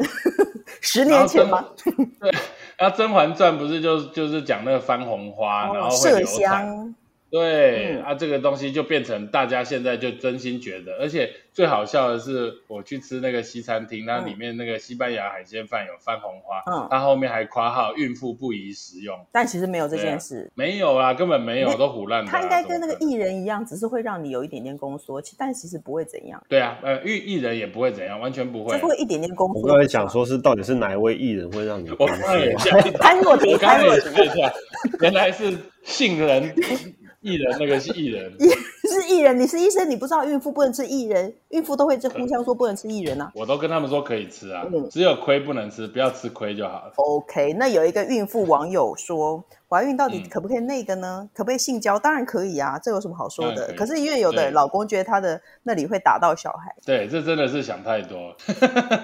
Speaker 1: 十年前
Speaker 3: 然
Speaker 1: 嘛
Speaker 3: 后， 对，然后《甄嬛传》不是就就是讲那个番红花，然后会
Speaker 1: 哦麝
Speaker 3: 流产，
Speaker 1: 香，
Speaker 3: 对、
Speaker 1: 嗯
Speaker 3: 啊，这个东西就变成大家现在就真心觉得，而且最好笑的是，我去吃那个西餐厅，那
Speaker 1: 嗯
Speaker 3: 里面那个西班牙海鲜饭有番红花，
Speaker 1: 嗯
Speaker 3: 它后面还夸号孕妇不宜食用，
Speaker 1: 但其实没有这
Speaker 3: 对啊
Speaker 1: 件事。
Speaker 3: 没有啦，根本没有，
Speaker 1: 那
Speaker 3: 都胡乱的啦。啊
Speaker 1: 他应该
Speaker 3: 怎么
Speaker 1: 跟那个
Speaker 3: 可能
Speaker 1: 艺人一样，只是会让你有一点点宫缩，其但其实不会怎样，
Speaker 3: 对啊，呃，艺艺人也不会怎样，完全不
Speaker 1: 就
Speaker 3: 会
Speaker 1: 是。会一点点宫缩。
Speaker 2: 我刚才想，说是到底是哪一位艺人会让你
Speaker 3: 我
Speaker 2: 崩
Speaker 3: 刚刚也
Speaker 2: 溃？
Speaker 3: 吓一跳，
Speaker 1: 潘若迪
Speaker 3: 我刚刚
Speaker 1: 潘若
Speaker 3: 也
Speaker 1: 迪
Speaker 3: 吓一跳， 原来是杏仁艺人，那个是艺 人。
Speaker 1: 是艺人，你是医生，你不知道孕妇不能吃艺人，孕妇都会这互相说不能吃艺人啊。
Speaker 3: 我都跟他们说可以吃啊
Speaker 1: 嗯，
Speaker 3: 只有亏不能吃，不要吃亏就好了。
Speaker 1: OK，那有一个孕妇网友说，怀孕到底
Speaker 3: 嗯
Speaker 1: 可不可以那个呢？可不可以性交？当然可以啊，这有什么好说
Speaker 3: 当
Speaker 1: 的？
Speaker 3: 然可以
Speaker 1: 可是因为有的
Speaker 3: 对
Speaker 1: 老公觉得他的那里会打到小孩，
Speaker 3: 对，这真的是想太多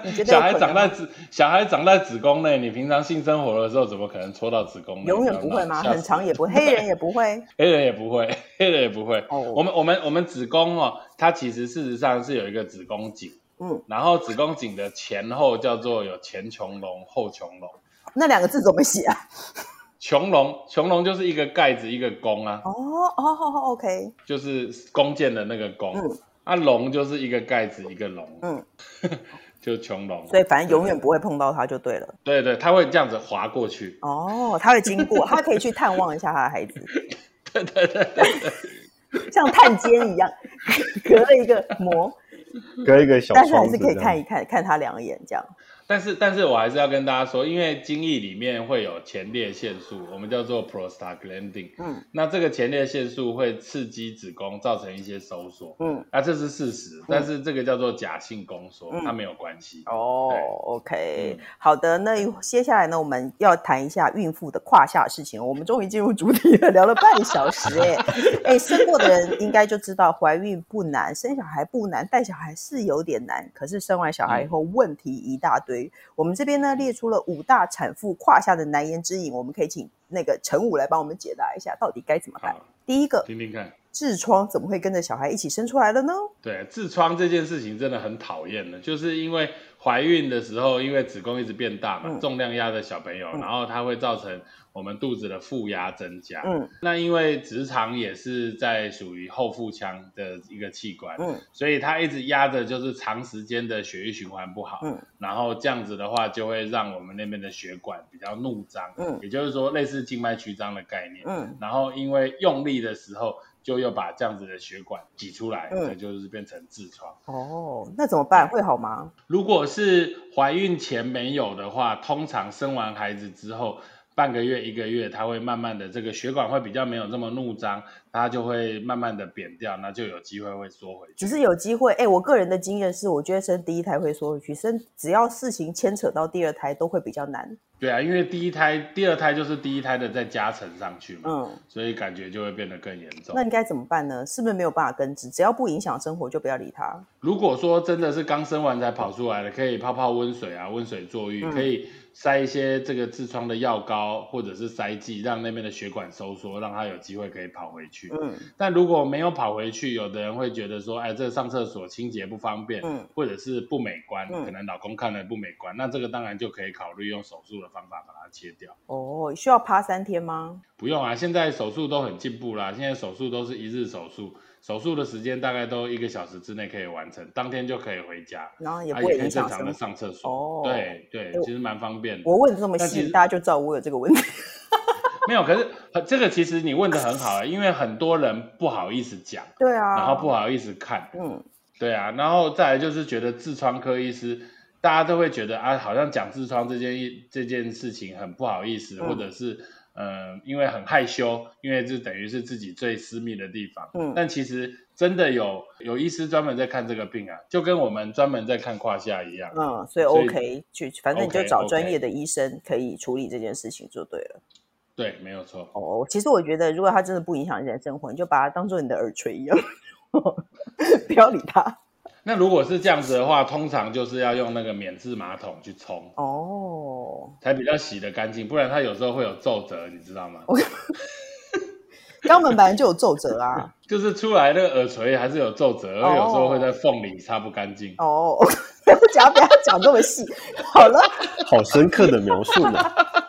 Speaker 1: 你觉。得有
Speaker 3: 小孩
Speaker 1: 可能
Speaker 3: 长
Speaker 1: 吗
Speaker 3: 在子，小孩长在子宫内，你平常性生活的时候怎么可能戳到子宫内？
Speaker 1: 永远不会吗？
Speaker 3: 吓死
Speaker 1: 很长也不会，黑人也不会。
Speaker 3: 黑人也不会，黑人也不会。
Speaker 1: 哦
Speaker 3: 我们我们我们子宫哦，它其实事实上是有一个子宫颈，
Speaker 1: 嗯，
Speaker 3: 然后子宫颈的前后叫做有前穹隆、后穹隆。
Speaker 1: 那两个字怎么写啊？
Speaker 3: 穹隆，穹隆就是一个盖子一个弓啊，
Speaker 1: 哦哦哦，OK，
Speaker 3: 就是弓箭的那个弓。
Speaker 1: 嗯
Speaker 3: 啊，龙就是一个盖子一个龙。
Speaker 1: 嗯，
Speaker 3: 就穹隆，啊
Speaker 1: 所以反正永远不会碰到它就对了。
Speaker 3: 对对，它会这样子划过去。
Speaker 1: 哦，他会经过，他可以去探望一下他的孩子，
Speaker 3: 对对对对，
Speaker 1: 像探监一样，隔了一个膜，
Speaker 2: 隔一个小
Speaker 1: 但
Speaker 2: 窗
Speaker 1: 是还
Speaker 2: 子
Speaker 1: 是
Speaker 2: 这样，
Speaker 1: 可以看一看，看他两眼这样。
Speaker 3: 但是但是我还是要跟大家说，因为精液里面会有前列腺素，我们叫做 prostaglandin，
Speaker 1: 嗯
Speaker 3: 那这个前列腺素会刺激子宫，造成一些收缩。
Speaker 1: 嗯，
Speaker 3: 啊，这是事实，但是这个叫做假性宫缩，它没有关系。
Speaker 1: 哦
Speaker 3: 对
Speaker 1: ，OK，
Speaker 3: 嗯
Speaker 1: 好的，那接下来呢，我们要谈一下孕妇的胯下事情。我们终于进入主题了，聊了半小时、欸，哎，生过的人应该就知道，怀孕不难，生小孩不难，带小孩是有点难，可是生完小
Speaker 3: 嗯
Speaker 1: 孩以后问题一大堆。我们这边呢列出了五大产妇胯下的难言之隐，我们可以请那个陈武来帮我们解答一下，到底该怎么办
Speaker 3: 好。，
Speaker 1: 第一个，
Speaker 3: 听听看。
Speaker 1: 痔疮怎么会跟着小孩一起生出来了呢？
Speaker 3: 对，痔疮这件事情真的很讨厌的，就是因为怀孕的时候，因为子宫一直变大嘛，
Speaker 1: 嗯
Speaker 3: 重量压着小朋友，
Speaker 1: 嗯
Speaker 3: 然后它会造成我们肚子的负压增加。
Speaker 1: 嗯
Speaker 3: 那因为直肠也是在属于后腹腔的一个器官，
Speaker 1: 嗯
Speaker 3: 所以它一直压着，就是长时间的血液循环不好，
Speaker 1: 嗯
Speaker 3: 然后这样子的话，就会让我们那边的血管比较怒张，
Speaker 1: 嗯
Speaker 3: 也就是说类似静脉曲张的概念。
Speaker 1: 嗯
Speaker 3: 然后因为用力的时候，就又把这样子的血管挤出来，
Speaker 1: 嗯
Speaker 3: 这、就是变成痔疮。
Speaker 1: 哦，那怎么办？会好吗？
Speaker 3: 如果是怀孕前没有的话，通常生完孩子之后半个月、一个月，它会慢慢的这个血管会比较没有这么怒张，它就会慢慢的扁掉，那就有机会会缩回去
Speaker 1: 只。是有机会。哎、我个人的经验是，我觉得生第一胎会缩回去，生只要事情牵扯到第二胎都会比较难。
Speaker 3: 对啊，因为第一胎、第二胎就是第一胎的再加成上去嘛，
Speaker 1: 嗯，
Speaker 3: 所以感觉就会变得更严重
Speaker 1: 那。应该怎么办呢？是不是没有办法根治？只要不影响生活，就不要理它。
Speaker 3: 如果说真的是刚生完才跑出来的，可以泡泡温水啊，温水坐浴，
Speaker 1: 嗯
Speaker 3: 可以塞一些这个痔疮的药膏或者是塞剂，让那边的血管收缩，让它有机会可以跑回去。
Speaker 1: 嗯
Speaker 3: 但如果没有跑回去，有的人会觉得说，哎，这上厕所清洁不方便，
Speaker 1: 嗯
Speaker 3: 或者是不美观，
Speaker 1: 嗯
Speaker 3: 可能老公看了不美观，那这个当然就可以考虑用手术的方法把它切掉。
Speaker 1: 哦，需要趴三天吗？
Speaker 3: 不用啊，现在手术都很进步啦，现在手术都是一日手术，手术的时间大概都一个小时之内可以完成，当天就可以回家，
Speaker 1: 然后也
Speaker 3: 啊也
Speaker 1: 不会
Speaker 3: 也可以
Speaker 1: 影
Speaker 3: 正
Speaker 1: 响
Speaker 3: 常的
Speaker 1: 生活。
Speaker 3: 上厕所。
Speaker 1: 哦
Speaker 3: 对对，其实蛮方便的。
Speaker 1: 我问这么
Speaker 3: 但其
Speaker 1: 细，
Speaker 3: 实
Speaker 1: 大家就知道我有这个问题。
Speaker 3: 没有，可是呃这个其实你问的很好啊，因为很多人不好意思讲，
Speaker 1: 对啊，
Speaker 3: 然后不好意思看，
Speaker 1: 嗯
Speaker 3: 对啊，然后再来就是觉得痔疮科医师，大家都会觉得啊，好像讲痔疮这件这件事情很不好意思，
Speaker 1: 嗯
Speaker 3: 或者是呃，因为很害羞，因为这等于是自己最私密的地方。
Speaker 1: 嗯
Speaker 3: 但其实真的有有医师专门在看这个病啊，就跟我们专门在看胯下一样。
Speaker 1: 嗯，所以
Speaker 3: 所以
Speaker 1: OK，去反正你就
Speaker 3: OK，
Speaker 1: 找
Speaker 3: OK
Speaker 1: 专业的医生可以处理这件事情就对了。
Speaker 3: 对，没有错。
Speaker 1: 哦，其实我觉得，如果它真的不影响人生活，你就把它当做你的耳垂一样，不要理它。
Speaker 3: 那如果是这样子的话，通常就是要用那个免治马桶去冲，
Speaker 1: 哦，
Speaker 3: 才比较洗得干净，不然它有时候会有皱褶，你知道吗？
Speaker 1: 肛门本来就有皱褶 啊。
Speaker 3: 就是出来那个耳垂还是有皱褶，而有时候会在缝里擦不干净。
Speaker 1: 哦，不讲，不要讲这么细。好了，
Speaker 2: 好深刻的描述 呢。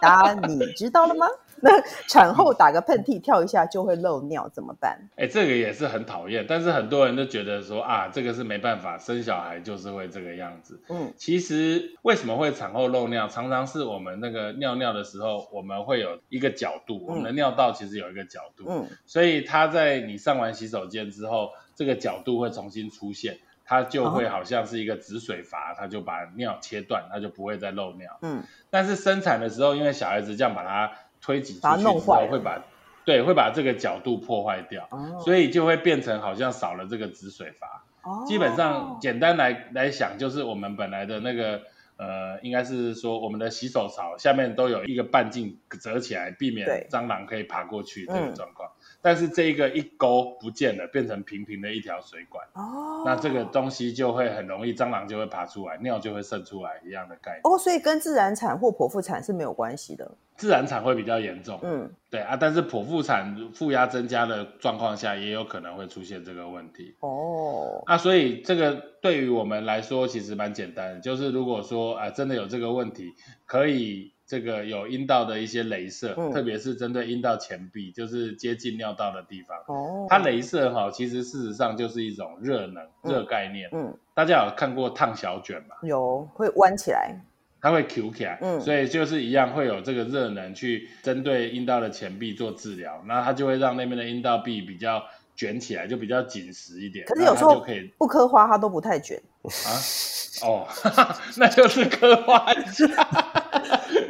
Speaker 1: 答案你知道了吗？那产后打个喷嚏、跳一下就会漏尿，怎么办？
Speaker 3: 哎、这个也是很讨厌，但是很多人都觉得说啊，这个是没办法，生小孩就是会这个样子。
Speaker 1: 嗯
Speaker 3: 其实为什么会产后漏尿，常常是我们那个尿尿的时候，我们会有一个角度，我们的尿道其实有一个角度，
Speaker 1: 嗯，
Speaker 3: 所以它在你上完洗手间之后，这个角度会重新出现，它就
Speaker 1: 哦
Speaker 3: 会好像是一个止水阀，它就把尿切断，它就不会再漏尿。
Speaker 1: 嗯，
Speaker 3: 但是生产的时候，因为小孩子这样把它推挤出去
Speaker 1: 把它
Speaker 3: 之
Speaker 1: 弄
Speaker 3: 后，
Speaker 1: 坏了
Speaker 3: 会把对会把这个角度破坏掉，
Speaker 1: 哦，
Speaker 3: 所以就会变成好像少了这个止水阀。
Speaker 1: 哦
Speaker 3: 基本上简单来来想，就是我们本来的那个呃，应该是说我们的洗手槽下面都有一个半径折起来，避免
Speaker 1: 对
Speaker 3: 蟑螂可以爬过去这个
Speaker 1: 嗯
Speaker 3: 状况。但是这一个一勾不见了，变成平平的一条水管，
Speaker 1: 哦，
Speaker 3: 那这个东西就会很容易蟑螂就会爬出来，尿就会渗出来一样的概念。
Speaker 1: 哦，所以跟自然产或剖腹产是没有关系的。
Speaker 3: 自然产会比较严重，
Speaker 1: 嗯，
Speaker 3: 对啊，但是剖腹产负压增加的状况下，也有可能会出现这个问题。
Speaker 1: 哦，
Speaker 3: 啊，所以这个对于我们来说其实蛮简单的，就是如果说啊、真的有这个问题，可以这个有阴道的一些镭射，
Speaker 1: 嗯
Speaker 3: 特别是针对阴道前壁，就是接近尿道的地方。
Speaker 1: 哦，
Speaker 3: 它镭射哈，其实事实上就是一种热能、
Speaker 1: 嗯
Speaker 3: 热概念。
Speaker 1: 嗯
Speaker 3: 大家有看过烫小卷吗？
Speaker 1: 有会弯起来，
Speaker 3: 它会 Q 起来，
Speaker 1: 嗯
Speaker 3: 所以就是一样会有这个热能去针对阴道的前壁做治疗，那它就会让那边的阴道壁比较卷起来，就比较紧实一点。
Speaker 1: 可是
Speaker 3: 那
Speaker 1: 有
Speaker 3: 它
Speaker 1: 时候
Speaker 3: 就可以
Speaker 1: 不刻花它都不太卷。
Speaker 3: 啊，哦， 那就是刻花一下，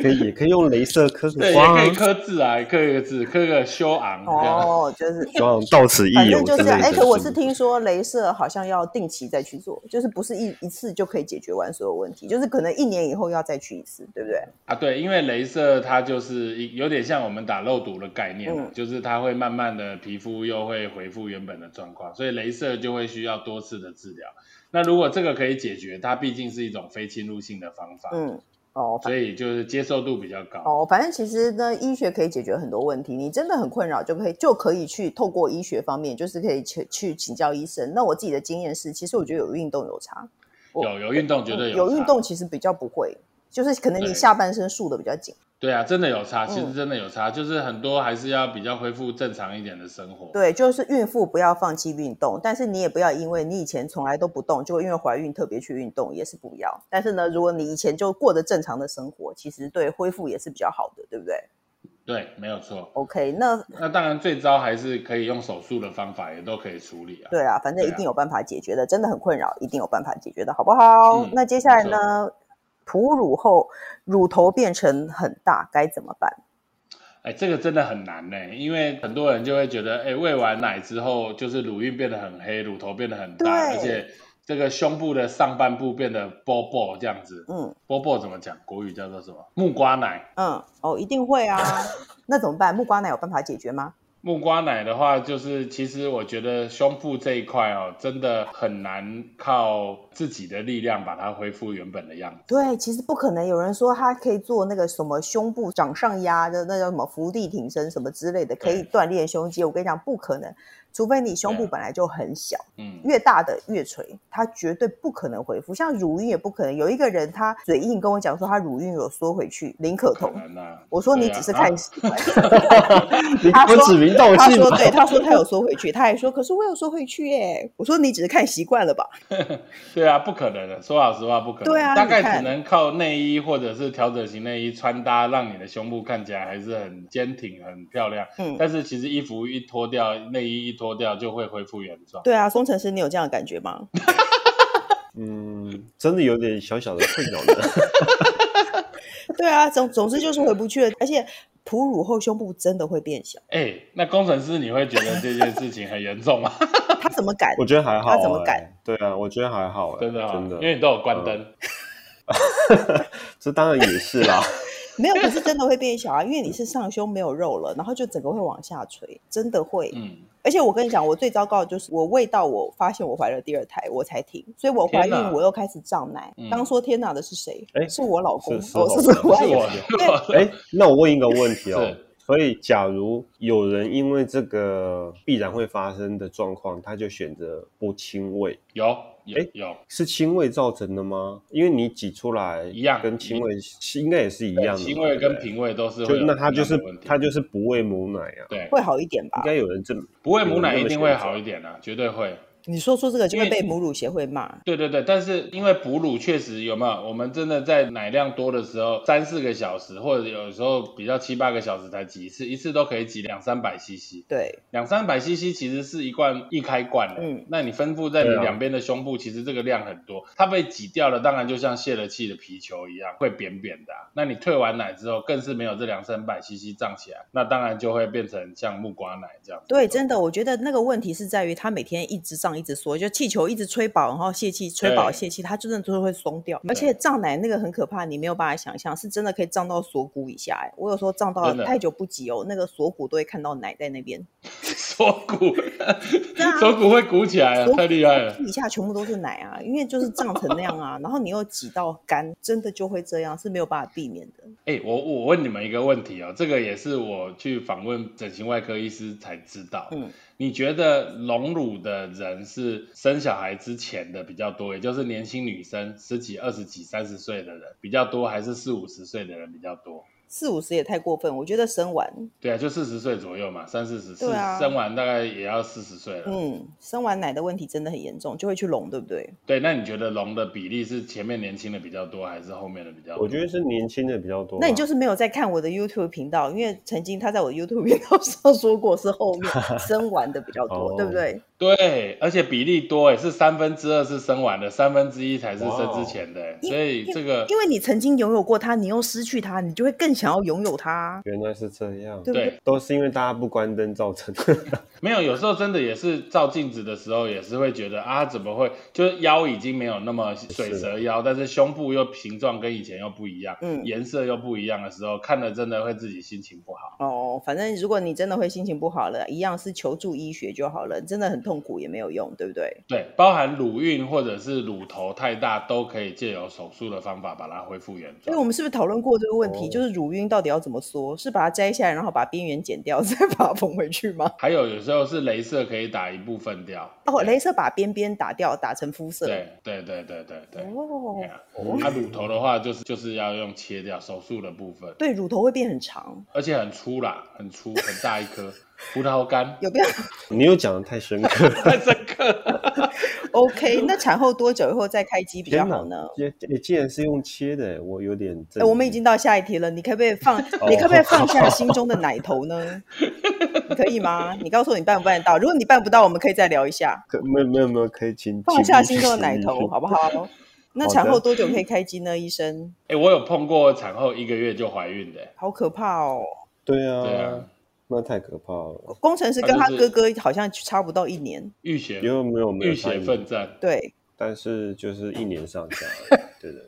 Speaker 2: 可以也可以用镭射刻个
Speaker 3: 对，也
Speaker 2: 花
Speaker 3: 可
Speaker 2: 啊
Speaker 3: 以，刻字啊，刻一个字，刻个修昂。这样，
Speaker 1: 哦，就是
Speaker 2: 希望到此一
Speaker 1: 反
Speaker 2: 游
Speaker 1: 正就
Speaker 2: 之
Speaker 1: 是
Speaker 2: 类
Speaker 1: 要，
Speaker 2: 的。
Speaker 1: 哎、可我是听说镭射好像要定期再去做，就是不是一一次就可以解决完所有问题，就是可能一年以后要再去一次，对不对？
Speaker 3: 啊，对，因为镭射它就是一有点像我们打肉毒的概念啊、
Speaker 1: 嗯
Speaker 3: 就是它会慢慢的皮肤又会恢复原本的状况，所以镭射就会需要多次的治疗。那如果这个可以解决，它毕竟是一种非侵入性的方法，
Speaker 1: 嗯，哦，反
Speaker 3: 所以就是接受度比较高。
Speaker 1: 哦，反正其实呢，医学可以解决很多问题，你真的很困扰就可以就可以去透过医学方面，就是可以去去请教医生。那我自己的经验是，其实我觉得有运动有差，我嗯
Speaker 3: 有有运动绝对
Speaker 1: 有
Speaker 3: 差
Speaker 1: 运动其实比较不会，就是可能你
Speaker 3: 对
Speaker 1: 下半身束的比较紧。
Speaker 3: 对啊，真的有差，其实
Speaker 1: 嗯
Speaker 3: 真的有差，就是很多还是要比较恢复正常一点的生活。
Speaker 1: 对，就是孕妇不要放弃运动，但是你也不要因为你以前从来都不动，就因为怀孕特别去运动，也是不要。但是呢，如果你以前就过得正常的生活，其实对恢复也是比较好的，对不对
Speaker 3: 对，没有错。
Speaker 1: ？OK，那
Speaker 3: 那当然，最糟还是可以用手术的方法，也都可以处理啊。
Speaker 1: 对啊，反正
Speaker 3: 对
Speaker 1: 一
Speaker 3: 啊
Speaker 1: 定有办法解决的，真的很困扰，一定有办法解决的，好不好？
Speaker 3: 嗯
Speaker 1: 那接下来呢，哺乳后乳头变成很大，该怎么办？
Speaker 3: 哎，这个真的很难呢、因为很多人就会觉得，哎，喂完奶之后，就是乳晕变得很黑，乳头变得很大，
Speaker 1: 对
Speaker 3: 而且这个胸部的上半部变得波波这样子。
Speaker 1: 嗯
Speaker 3: 波波怎么讲？国语叫做什么？木瓜奶。
Speaker 1: 嗯，哦，一定 会啊。那怎么办？木瓜奶有办法解决吗？
Speaker 3: 木瓜奶的话，就是其实我觉得胸部这一块哦，真的很难靠自己的力量把它恢复原本的样子。
Speaker 1: 对，其实不可能。有人说他可以做那个什么胸部掌上压的那叫什么伏地挺身什么之类的，可以锻炼胸肌。我跟你讲，不可能，除非你胸部
Speaker 3: 对啊
Speaker 1: 本来就很小，
Speaker 3: 嗯，
Speaker 1: 越大的越垂，它绝对不可能恢复。像乳晕也不可能。有一个人他嘴硬跟我讲说他乳晕有缩回去，林可彤
Speaker 3: 很。难呐。
Speaker 1: 我说你
Speaker 3: 对啊
Speaker 1: 只是
Speaker 3: 啊
Speaker 1: 看习惯，
Speaker 2: 你
Speaker 1: 他
Speaker 2: 不
Speaker 1: 说
Speaker 2: 指名道
Speaker 1: 他
Speaker 2: 姓
Speaker 1: 说
Speaker 2: 吧
Speaker 1: 对，他说他有缩回去，他还说可是我有缩回去耶、我说你只是看习惯了吧？
Speaker 3: 对啊，不可能的。说老实话，不可能。
Speaker 1: 对啊
Speaker 3: 大
Speaker 1: 你看
Speaker 3: 概只能靠内衣或者是调整型内衣穿搭，让你的胸部看起来还是很坚挺、很漂亮。
Speaker 1: 嗯，
Speaker 3: 但是其实衣服一脱掉，内衣一脱掉就会恢复原状。
Speaker 1: 对啊，工程师，你有这样的感觉吗？
Speaker 2: 嗯，真的有点小小的困扰的。
Speaker 1: 对啊，总总之就是回不去了，而且哺乳后胸部真的会变小，
Speaker 3: 哎，那工程师你会觉得这件事情很严重 吗？
Speaker 1: 他怎么敢？
Speaker 2: 我觉得还好、欸，
Speaker 1: 他怎么敢？
Speaker 2: 对啊，我觉得还好、欸，
Speaker 3: 真的、哦，
Speaker 2: 真的
Speaker 3: 因，为你都有关灯。
Speaker 2: 这当然也是 啦。
Speaker 1: 没有，可是真的会变小啊，因为你是上胸没有肉了，然后就整个会往下垂，真的会。
Speaker 3: 嗯，
Speaker 1: 而且我跟你讲，我最糟糕的就是我喂到我发现我怀了第二胎，我才停，所以我怀
Speaker 3: 天哪
Speaker 1: 孕我又开始胀奶。
Speaker 3: 嗯
Speaker 1: 刚说天哪的是谁？
Speaker 2: 哎
Speaker 1: 是我老公，
Speaker 2: 是是
Speaker 1: 哦，
Speaker 2: 老
Speaker 1: 是
Speaker 2: 公
Speaker 1: 我
Speaker 3: 是 我，
Speaker 2: 哎、那我问一个问题哦
Speaker 3: 是。
Speaker 2: 所以，假如有人因为这个必然会发生的状况，他就选择不亲喂，
Speaker 3: 有有
Speaker 2: 哎
Speaker 3: 有，
Speaker 2: 是亲喂造成的吗？因为你挤出来
Speaker 3: 一样
Speaker 2: 跟亲喂是应该也是一样的嘛，
Speaker 3: 行为
Speaker 2: 对
Speaker 3: 跟
Speaker 2: 不对
Speaker 3: 品味都是会
Speaker 2: 就
Speaker 3: 有
Speaker 2: 那他就
Speaker 3: 一
Speaker 2: 是
Speaker 3: 样的问题
Speaker 2: 他就是不喂母奶啊，
Speaker 3: 对
Speaker 1: 会好一点吧
Speaker 2: 应？该有人这么
Speaker 3: 不喂母奶一定会好一点啊，绝对会。
Speaker 1: 你说出这个就会
Speaker 3: 因为
Speaker 1: 被母乳协会骂。
Speaker 3: 对对对，但是因为哺乳确实有没有，我们真的在奶量多的时候，三四个小时，或者有时候比较七八个小时才挤一次，一次都可以挤两三百 CC，
Speaker 1: 对，
Speaker 3: 两三百 CC 其实是一罐一开罐的，
Speaker 1: 嗯
Speaker 3: 那你分布在你
Speaker 2: 对啊
Speaker 3: 两边的胸部，其实这个量很多，它被挤掉了，当然就像泄了气的皮球一样，会扁扁的啊、那你退完奶之后，更是没有这两三百 CC 胀起来，那当然就会变成像木瓜奶这样子。
Speaker 1: 对，真的，我觉得那个问题是在于他每天一直胀，一直缩，就气球一直吹饱，然后泄气，吹饱
Speaker 3: 对
Speaker 1: 泄气，它真的就会松掉。而
Speaker 3: 对
Speaker 1: 且胀奶那个很可怕，你没有办法想象，是真的可以胀到锁骨以下、哎，我有时候胀到
Speaker 3: 真的
Speaker 1: 太久不挤哦，那个锁骨都会看到奶在那边，
Speaker 3: 锁骨
Speaker 1: 啊，
Speaker 3: 锁骨会鼓起来啊
Speaker 1: 锁，骨
Speaker 3: 太厉害了。
Speaker 1: 以下全部都是奶啊，因为就是胀成那样啊，然后你又挤到干，真的就会这样，是没有办法避免的。
Speaker 3: 哎、我我问你们一个问题哦，这个也是我去访问整形外科医师才知道。
Speaker 1: 嗯，
Speaker 3: 你觉得隆乳的人是生小孩之前的比较多，也就是年轻女生十几、二十几、三十岁的人比较多，还是四五十岁的人比较多？
Speaker 1: 四五十也太过分，我觉得生完，
Speaker 3: 对啊，就四十岁左右嘛，三四十，四
Speaker 1: 对啊
Speaker 3: 生完大概也要四十岁了。
Speaker 1: 嗯，生完奶的问题真的很严重，就会去隆，对不对？
Speaker 3: 对，那你觉得隆的比例是前面年轻的比较多，还是后面的比较多？
Speaker 2: 我觉得是年轻的比较多吧。啊
Speaker 1: 那你就是没有在看我的 YouTube 频道，因为曾经他在我的 YouTube 频道 上说过是后面生完的比较多，
Speaker 2: 哦
Speaker 1: 对不对？
Speaker 3: 对，而且比例多诶，欸是三分之二是生完的，三分之一才是生之前的诶，欸所以这个
Speaker 1: 因为你曾经拥有过它，你又失去它，你就会更想要拥有它，
Speaker 2: 原来是这样，
Speaker 1: 对不
Speaker 3: 对
Speaker 2: 都是因为大家不关灯造成的。
Speaker 3: 没有，有时候真的也是照镜子的时候，也是会觉得啊，怎么会就是腰已经没有那么水蛇腰，但是胸部又形状跟以前又不一样，
Speaker 1: 嗯
Speaker 3: 颜色又不一样的时候，看了真的会自己心情不好。
Speaker 1: 哦，反正如果你真的会心情不好了，一样是求助医学就好了，真的很痛苦也没有用，对不对？
Speaker 3: 对，包含乳晕或者是乳头太大，都可以借由手术的方法把它恢复原
Speaker 1: 所以我
Speaker 3: 状。
Speaker 1: 们是不是讨论过这个问题？
Speaker 2: 哦
Speaker 1: 就是乳晕到底要怎么缩？是把它摘下来，然后把边缘剪掉， 再把它缝回去吗？
Speaker 3: 还有有时候是镭射可以打一部分掉。
Speaker 1: 哦，镭射把边边打掉，打成肤色。
Speaker 3: 对对对对对对。
Speaker 1: 哦
Speaker 3: 对，啊那乳头的话，就是就是要用切掉手术的部分，
Speaker 1: 对，乳头会变很长，
Speaker 3: 而且很粗啦，很粗，很大一颗，葡萄干，
Speaker 1: 有变。
Speaker 2: 你又讲的太深刻了，
Speaker 3: 太深刻了。
Speaker 1: OK，那产后多久以后再开 机比较
Speaker 2: 天
Speaker 1: 好呢？
Speaker 2: 也也竟然是用切的，我有点
Speaker 1: 哎、
Speaker 2: 震惊。
Speaker 1: 我们已经到下一题了，你可不可以放？你可不可以放下心
Speaker 2: 哦
Speaker 1: 中的奶头呢？你可以 吗？你告诉我你办不办得到？如果你办不到，我们可以再聊一下，
Speaker 2: 可没有没有没有，可以请
Speaker 1: 放下
Speaker 2: 请
Speaker 1: 心中的
Speaker 2: 请
Speaker 1: 奶
Speaker 2: 你
Speaker 1: 头，
Speaker 2: 去
Speaker 1: 好不好？那
Speaker 2: 好
Speaker 1: 产
Speaker 2: 的
Speaker 1: 后多久可以开机呢？医生，
Speaker 3: 哎、我有碰过产后一个月就怀孕的、
Speaker 1: 好可怕哦！
Speaker 2: 对
Speaker 3: 对
Speaker 2: 啊
Speaker 3: 啊，
Speaker 2: 那太可怕了。
Speaker 1: 工程师跟
Speaker 3: 他
Speaker 1: 他
Speaker 3: 就是
Speaker 1: 哥哥好像差不到一年，
Speaker 3: 浴血
Speaker 2: 因为没有没有
Speaker 3: 浴血
Speaker 2: 参与
Speaker 3: 奋战，
Speaker 1: 对，
Speaker 2: 但是就是一年上下， 对的，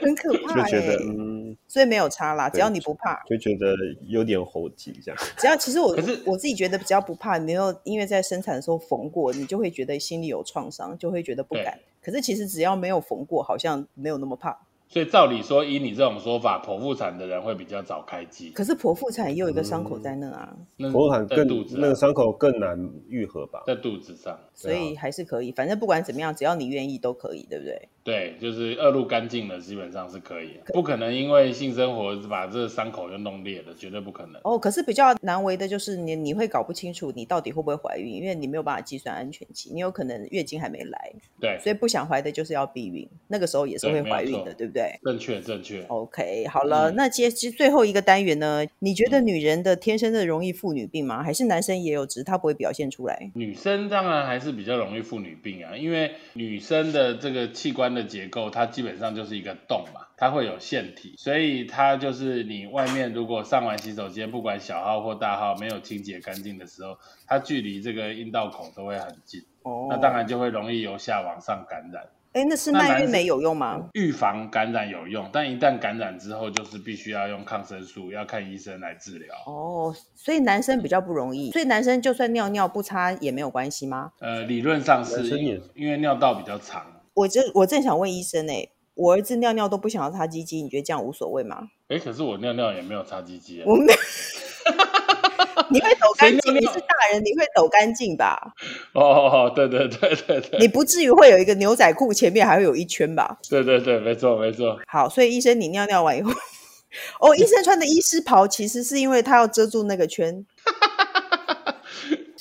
Speaker 1: 很可怕
Speaker 2: 就觉
Speaker 1: 哎、
Speaker 2: 得嗯，
Speaker 1: 所以没有差啦，只
Speaker 2: 对
Speaker 1: 要你不怕，
Speaker 2: 就觉得有点猴急这样。
Speaker 1: 只要其实我
Speaker 3: 可是
Speaker 1: 我自己觉得比较不怕，没有因为在生产的时候缝过，你就会觉得心里有创伤，就会觉得不
Speaker 3: 对
Speaker 1: 敢。可是其实只要没有缝过，好像没有那么怕。
Speaker 3: 所以照理说，依你这种说法，剖腹产的人会比较早开机，
Speaker 1: 可是剖腹产也有一个伤口在那啊，
Speaker 3: 那
Speaker 2: 口喊
Speaker 3: 在
Speaker 2: 更
Speaker 3: 肚子啊、
Speaker 2: 那个伤口更难愈合吧？
Speaker 3: 在肚子上，
Speaker 1: 所以还是可以。反正不管怎么样，只要你愿意都可以，对不对？
Speaker 3: 对，就是恶露干净了，基本上是可以的，不可能因为性生活把这伤口就弄裂了，绝对不可能。
Speaker 1: 哦，可是比较难为的就是你你会搞不清楚你到底会不会怀孕，因为你没有办法计算安全期，你有可能月经还没来，
Speaker 3: 对，
Speaker 1: 所以不想怀的就是要避孕，那个时候也是
Speaker 3: 对
Speaker 1: 会
Speaker 3: 没有
Speaker 1: 怀孕
Speaker 3: 错
Speaker 1: 的，对不对？
Speaker 3: 正确正确。
Speaker 1: OK，好了，
Speaker 3: 嗯
Speaker 1: 那接其实最后一个单元呢？你觉得女人的天生的容易妇女病吗？还是男生也有，只是他不会表现出来？
Speaker 3: 女生当然还是比较容易妇女病啊，因为女生的这个器官的结构，它基本上就是一个洞嘛，它会有腺体，所以它就是你外面如果上完洗手间，不管小号或大号没有清洁干净的时候，它距离这个阴道口都会很近，
Speaker 1: 哦，
Speaker 3: 那当然就会容易由下往上感染。
Speaker 1: 哎，那吃
Speaker 3: 那
Speaker 1: 蔓
Speaker 3: 男
Speaker 1: 越
Speaker 3: 生嗯
Speaker 1: 莓有用吗？
Speaker 3: 预防感染有用，但一旦感染之后，就是必须要用抗生素，要看医生来治疗。
Speaker 1: 哦，所以男生比较不容易，所以男生就算尿尿不擦也没有关系吗？
Speaker 3: 呃，理论上
Speaker 2: 男
Speaker 3: 是
Speaker 2: 生也
Speaker 3: 因因为尿道比较长，
Speaker 1: 我这我正想问医生哎、我儿子尿尿都不想要擦鸡鸡，你觉得这样无所谓吗？
Speaker 3: 哎，可是我尿尿也没有擦鸡鸡啊。
Speaker 1: 我没有。 你会抖
Speaker 3: 谁
Speaker 1: 干净？
Speaker 3: 尿
Speaker 1: 你
Speaker 3: 尿
Speaker 1: 是大人，你会抖干净吧？
Speaker 3: 哦哦，哦，对对对对对，
Speaker 1: 你不至于会有一个牛仔裤前面还会有一圈吧？
Speaker 3: 对对对，没错没错，
Speaker 1: 好，所以医生，你尿尿完以后，哦，医生穿的医师袍其实是因为他要遮住那个圈。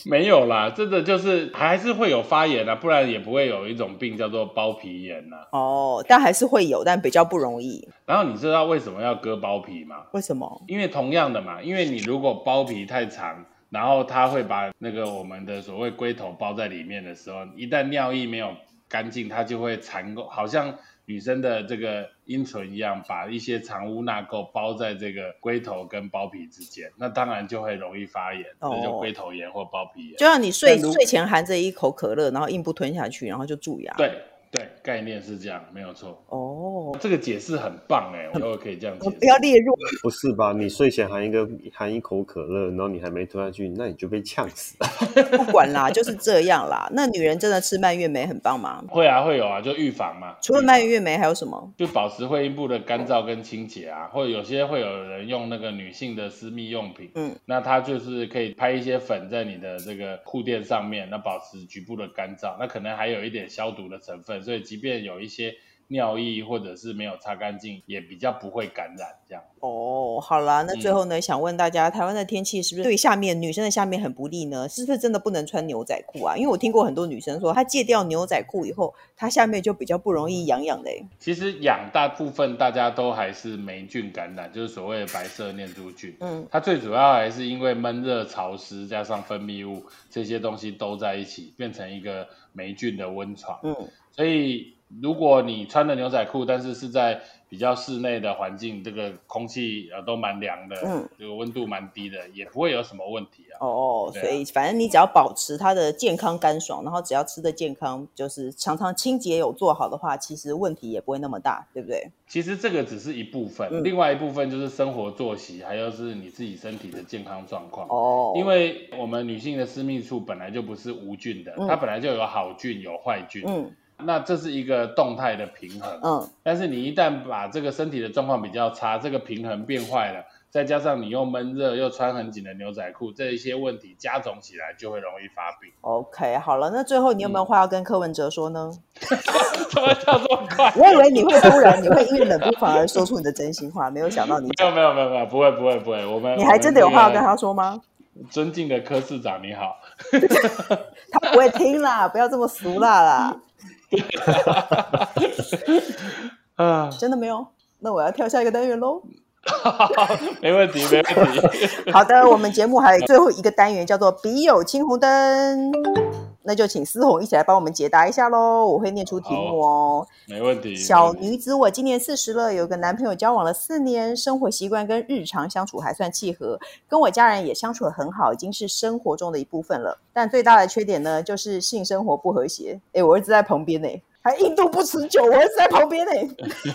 Speaker 3: 没有啦，真的就是还是会有发炎啊，不然也不会有一种病叫做包皮炎呐、
Speaker 1: 哦，但还是会有，但比较不容易。
Speaker 3: 然后你知道为什么要割包皮吗？
Speaker 1: 为什么？
Speaker 3: 因为同样的嘛，因为你如果包皮太长，然后它会把那个我们的所谓龟头包在里面的时候，一旦尿液没有干净，它就会缠够，好像女生的这个阴唇一样，把一些藏污纳垢包在这个龟头跟包皮之间，那当然就会容易发炎，这就
Speaker 1: 哦
Speaker 3: 龟头炎或包皮炎。
Speaker 1: 就像你睡
Speaker 3: 但如
Speaker 1: 睡前含着一口可乐，然后硬不吞下去，然后就蛀牙。，
Speaker 3: 对对，概念是这样，没有错。
Speaker 1: 哦，
Speaker 3: 这个解释很棒哎，我以后可以这样解
Speaker 1: 我
Speaker 3: 释
Speaker 1: 哦不。要列入。
Speaker 2: 不是吧？你睡前含一个含一口可乐，然后你还没吞下去，那你就被呛死 了。
Speaker 1: 不管啦，就是这样啦。那女人真的吃蔓越莓很棒吗？
Speaker 3: 会啊，会有啊，就预防嘛。
Speaker 1: 除了蔓越莓还有什么？
Speaker 3: 就保持会阴部的干燥跟清洁啊，或者有些会有人用那个女性的私密用品，
Speaker 1: 嗯，
Speaker 3: 那它就是可以拍一些粉在你的这个护垫上面，那保持局部的干燥，那可能还有一点消毒的成分，所以即便有一些尿液或者是没有擦干净，也比较不会感染这样。
Speaker 1: 哦，好啦，那最
Speaker 3: 嗯
Speaker 1: 后呢，想问大家，台湾的天气是不是对下面女生的下面很不利呢？是不是真的不能穿牛仔裤啊？因为我听过很多女生说，她戒掉牛仔裤以后，她下面就比较不容易痒痒的欸、
Speaker 3: 其实痒大部分大家都还是霉菌感染，就是所谓的白色念珠菌。
Speaker 1: 嗯，
Speaker 3: 它最主要还是因为闷热、潮湿加上分泌物这些东西都在一起，变成一个霉菌的温床。
Speaker 1: 嗯，
Speaker 3: 所以如果你穿了牛仔裤，但是是在比较室内的环境，这个空气呃都蛮凉的，
Speaker 1: 嗯，
Speaker 3: 这个温度蛮低的，也不会有什么问题啊。
Speaker 1: 哦，
Speaker 3: 对啊
Speaker 1: 所以反正你只要保持它的健康干爽，然后只要吃的健康，就是常常清洁有做好的话，其实问题也不会那么大，对不对？
Speaker 3: 其实这个只是一部分，
Speaker 1: 嗯
Speaker 3: 另外一部分就是生活作息，还有是你自己身体的健康状况。
Speaker 1: 哦，
Speaker 3: 因为我们女性的私密处本来就不是无菌的，
Speaker 1: 嗯
Speaker 3: 它本来就有好菌有坏菌，
Speaker 1: 嗯
Speaker 3: 那这是一个动态的平衡。
Speaker 1: 嗯
Speaker 3: 但是你一旦把这个身体的状况比较差，这个平衡变坏了，再加上你又闷热又穿很紧的牛仔裤，这一些问题加总起来就会容易发病。
Speaker 1: ，OK，好了，那最后你
Speaker 3: 嗯
Speaker 1: 有没有话要跟柯文哲说呢？
Speaker 3: 怎么叫这么快？
Speaker 1: 我以为你会突然，你会因为冷不防而说出你的真心话，没有想到你
Speaker 3: 没有没有没有没有，不会不会不会，我们
Speaker 1: 你还真的有话要跟。
Speaker 3: 我
Speaker 1: 他
Speaker 3: 们
Speaker 1: 说吗？
Speaker 3: 这个尊敬的柯市长你好，
Speaker 1: 他不会听啦，不要这么俗辣啦，
Speaker 3: 啊，
Speaker 1: 真的没有。那我要跳下一个单元喽。
Speaker 3: 没问题没问题，
Speaker 1: 好的，我们节目还有最后一个单元叫做“笔友青红灯”，那就请思红一起来帮我们解答一下喽。我会念出题目哦。
Speaker 3: 没问题。嗯
Speaker 1: 小
Speaker 3: 没问题
Speaker 1: 女子，我今年四十了，有个男朋友交往了四年，生活习惯跟日常相处还算契合，跟我家人也相处得很好，已经是生活中的一部分了。但最大的缺点呢，就是性生活不和谐。哎，我儿子在旁边呢，还硬度不持久，我儿子在旁边呢。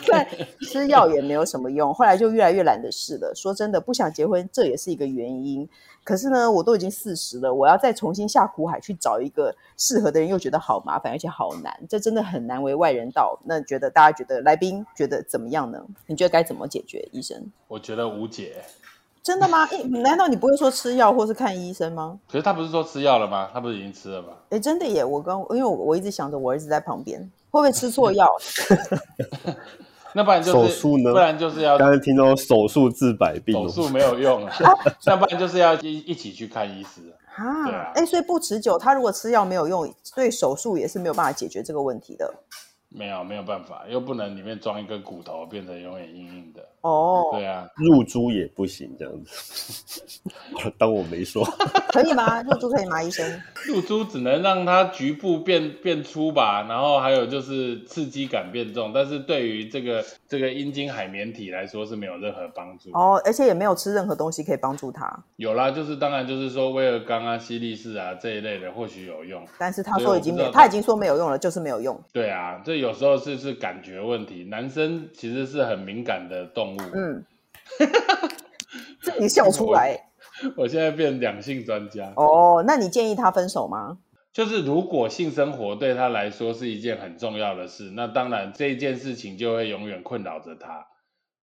Speaker 1: 但吃药也没有什么用，后来就越来越懒得试了。说真的，不想结婚，这也是一个原因。可是呢，我都已经四十了，我要再重新下苦海去找一个适合的人，又觉得好麻烦，而且好难，这真的很难为外人道。那觉得大家觉得来宾觉得怎么样呢？你觉得该怎么解决？医生，
Speaker 3: 我觉得无解。
Speaker 1: 真的吗？诶难道你不会说吃药或是看医生吗？
Speaker 3: 可是他不是说吃药了吗？他不是已经吃了吗？
Speaker 1: 哎，真的耶！我刚因为我我一直想着我儿子在旁边，会不会吃错药？
Speaker 3: 那不然就是
Speaker 2: 手术呢
Speaker 3: 不然就是要
Speaker 2: 刚才听到手术治百病
Speaker 3: 手
Speaker 2: 哦，
Speaker 3: 术没有 用啊，那不然就是要一一起去看医师。对
Speaker 1: 啊
Speaker 3: 啊，
Speaker 1: 哎，所以不持久，他如果吃药没有用，对手术也是没有办法解决这个问题的。
Speaker 3: 没有没有办法，又不能里面装一根骨头变成永远硬硬的。
Speaker 1: 哦，
Speaker 3: 对啊，
Speaker 2: 入珠也不行，这样子。 当我没说，
Speaker 1: 可以吗？入住可以吗，医生？
Speaker 3: 露珠只能让它局部变变粗吧，然后还有就是刺激感变重，但是对于这个这个阴茎海绵体来说是没有任何帮助。
Speaker 1: 哦，而且也没有吃任何东西可以帮助他，
Speaker 3: 有啦，就是当然就是说威尔刚啊、西力士啊这一类的或许有用。
Speaker 1: 但是他
Speaker 3: 对
Speaker 1: 说
Speaker 3: 我
Speaker 1: 已经
Speaker 3: 不
Speaker 1: 没
Speaker 3: 知
Speaker 1: 有，
Speaker 3: 道
Speaker 1: 他
Speaker 3: 他
Speaker 1: 已经说没有用了，就是没有用。
Speaker 3: 对啊，这有时候是是感觉问题，男生其实是很敏感的动物。
Speaker 1: 嗯，这你笑出来
Speaker 3: 我现在变两性专家，
Speaker 1: 哦？那你建议他分手吗？
Speaker 3: 就是如果性生活对他来说是一件很重要的事，那当然这件事情就会永远困扰着他。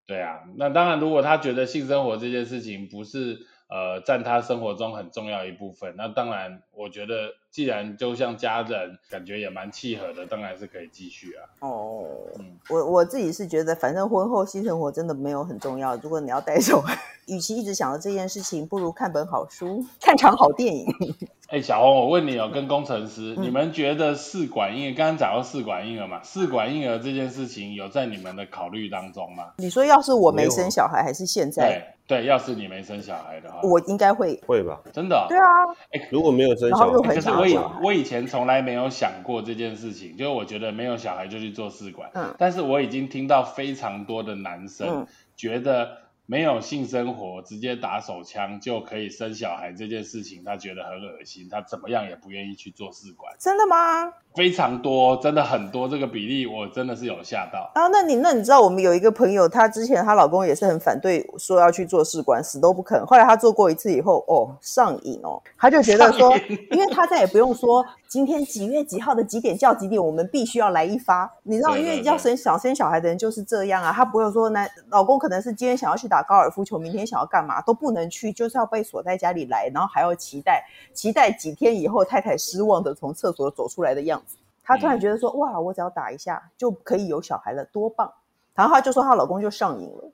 Speaker 3: 对啊，那当然，如果他觉得性生活这件事情不是呃占他生活中很重要一部分，那当然，我觉得既然就像家人，感觉也蛮契合的，当然是可以继续啊。
Speaker 1: 哦
Speaker 3: 嗯，
Speaker 1: 我我自己是觉得，反正婚后性生活真的没有很重要。如果你要带走，与其一直想着这件事情，不如看本好书，看场好电影。
Speaker 3: 哎，小红，我问你哦，跟工程师，
Speaker 1: 嗯
Speaker 3: 你们觉得试管婴儿，刚刚讲到试管婴儿嘛，试管婴儿这件事情有在你们的考虑当中吗？
Speaker 1: 你说要是我没
Speaker 2: 没有
Speaker 1: 生小孩，还是现在，
Speaker 3: 对对，要是你没生小孩的话，
Speaker 1: 我应该会。
Speaker 2: 会吧？
Speaker 3: 真的哦、
Speaker 1: 对啊，
Speaker 2: 如果没有生
Speaker 1: 然后
Speaker 2: 小
Speaker 1: 又
Speaker 2: 孩，
Speaker 1: 很
Speaker 3: 可是
Speaker 1: 想要
Speaker 3: 我以
Speaker 1: 小孩
Speaker 3: 我以前从来没有想过这件事情，就是我觉得没有小孩就去做试管，
Speaker 1: 嗯
Speaker 3: 但是我已经听到非常多的男生
Speaker 1: 嗯
Speaker 3: 觉得没有性生活直接打手枪就可以生小孩这件事情，他觉得很恶心，他怎么样也不愿意去做试管。
Speaker 1: 真的吗？
Speaker 3: 非常多，真的很多，这个比例我真的是有吓到。
Speaker 1: 啊，那你那你知道我们有一个朋友，她之前她老公也是很反对说要去做试管，死都不肯。后来她做过一次以后，哦，上瘾哦，她就觉得说
Speaker 3: 上，
Speaker 1: 因为她再也不用说今天几月几号的几点叫几点，我们必须要来一发。你知道，
Speaker 3: 对
Speaker 1: 因为
Speaker 3: 对
Speaker 1: 要
Speaker 3: 对
Speaker 1: 生想生小孩的人就是这样啊，她不会说男老公可能是今天想要去打高尔夫球，明天想要干嘛都不能去，就是要被锁在家里来，然后还要期待期待几天以后太太失望的从厕所走出来的样子。她突
Speaker 3: 嗯
Speaker 1: 然觉得说：“哇，我只要打一下就可以有小孩了，多棒！”然后她就说她老公就上瘾了。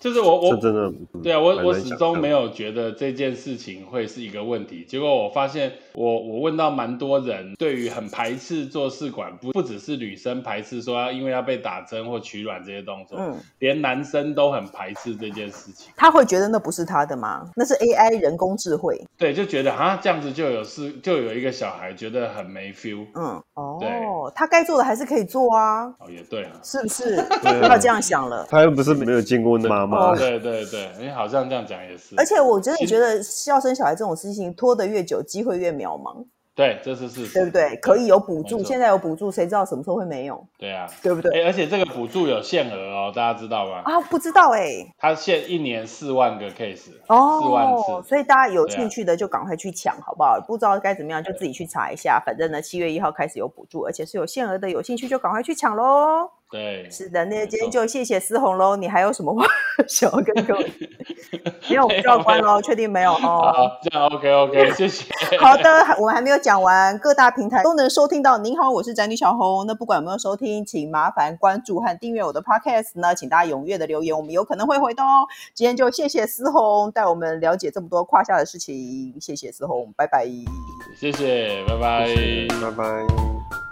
Speaker 3: 就是我我
Speaker 2: 这真的嗯
Speaker 3: 对啊，我
Speaker 2: 蛮
Speaker 3: 我
Speaker 2: 难
Speaker 3: 始
Speaker 2: 想
Speaker 3: 终
Speaker 2: 象
Speaker 3: 没有觉得这件事情会是一个问题。结果我发现我，我问到蛮多人，对于很排斥做试管，不不只是女生排斥说要因为要被打针或取卵这些动作，
Speaker 1: 嗯，
Speaker 3: 连男生都很排斥这件事情。
Speaker 1: 她会觉得那不是她的吗？那是 AI 人工智慧。
Speaker 3: 对，就觉得啊这样子就有事，就有一个小孩觉得很没 feel。
Speaker 1: 嗯，哦
Speaker 3: 对，
Speaker 1: 她该做的还是可以做啊，
Speaker 3: 哦，也对啊，
Speaker 1: 是不是？
Speaker 2: 啊
Speaker 1: 不要这样想了。
Speaker 2: 他又不是没有见过那妈妈，
Speaker 3: 对对对，你好像这样讲也是，
Speaker 1: 而且我真的
Speaker 3: 其实
Speaker 1: 觉得要生小孩这种事情拖得越久，机会越渺茫，
Speaker 3: 对，这是事实，
Speaker 1: 对不对？可以有补
Speaker 3: 没
Speaker 1: 助，
Speaker 3: 错
Speaker 1: 现在有补助，谁知道什么时候会没有，
Speaker 3: 对啊。
Speaker 1: 对不对？
Speaker 3: 哎、而且这个补助有限额哦，大家知道吗？
Speaker 1: 啊，不知道哎、
Speaker 3: 它限一年四万个 case，四万
Speaker 1: 哦，
Speaker 3: 次。
Speaker 1: 所以大家有
Speaker 3: 对啊
Speaker 1: 兴趣的就赶快去抢，好不好？不知道该怎么样，就自己去查一下。反正呢，七月一号开始有补助，而且是有限额的，有兴趣就赶快去抢喽。
Speaker 3: 对，
Speaker 1: 是的，那
Speaker 3: 没
Speaker 1: 今天
Speaker 3: 错
Speaker 1: 就谢谢思红喽。你还有什么话 想要跟各位？ 没有，我们就要关喽，确定没有哦？
Speaker 3: 好，这样 OK OK，谢谢。
Speaker 1: 好的，我们还没有讲完，各大平台都能收听到。您好，我是宅女小红。那不管有没有收听，请麻烦关注和订阅我的 podcast 呢，请大家踊跃的留言，我们有可能会回的哦。今天就谢谢思红带我们了解这么多胯下的事情，谢谢思红，拜拜。
Speaker 3: 谢谢，拜拜。
Speaker 2: 拜拜。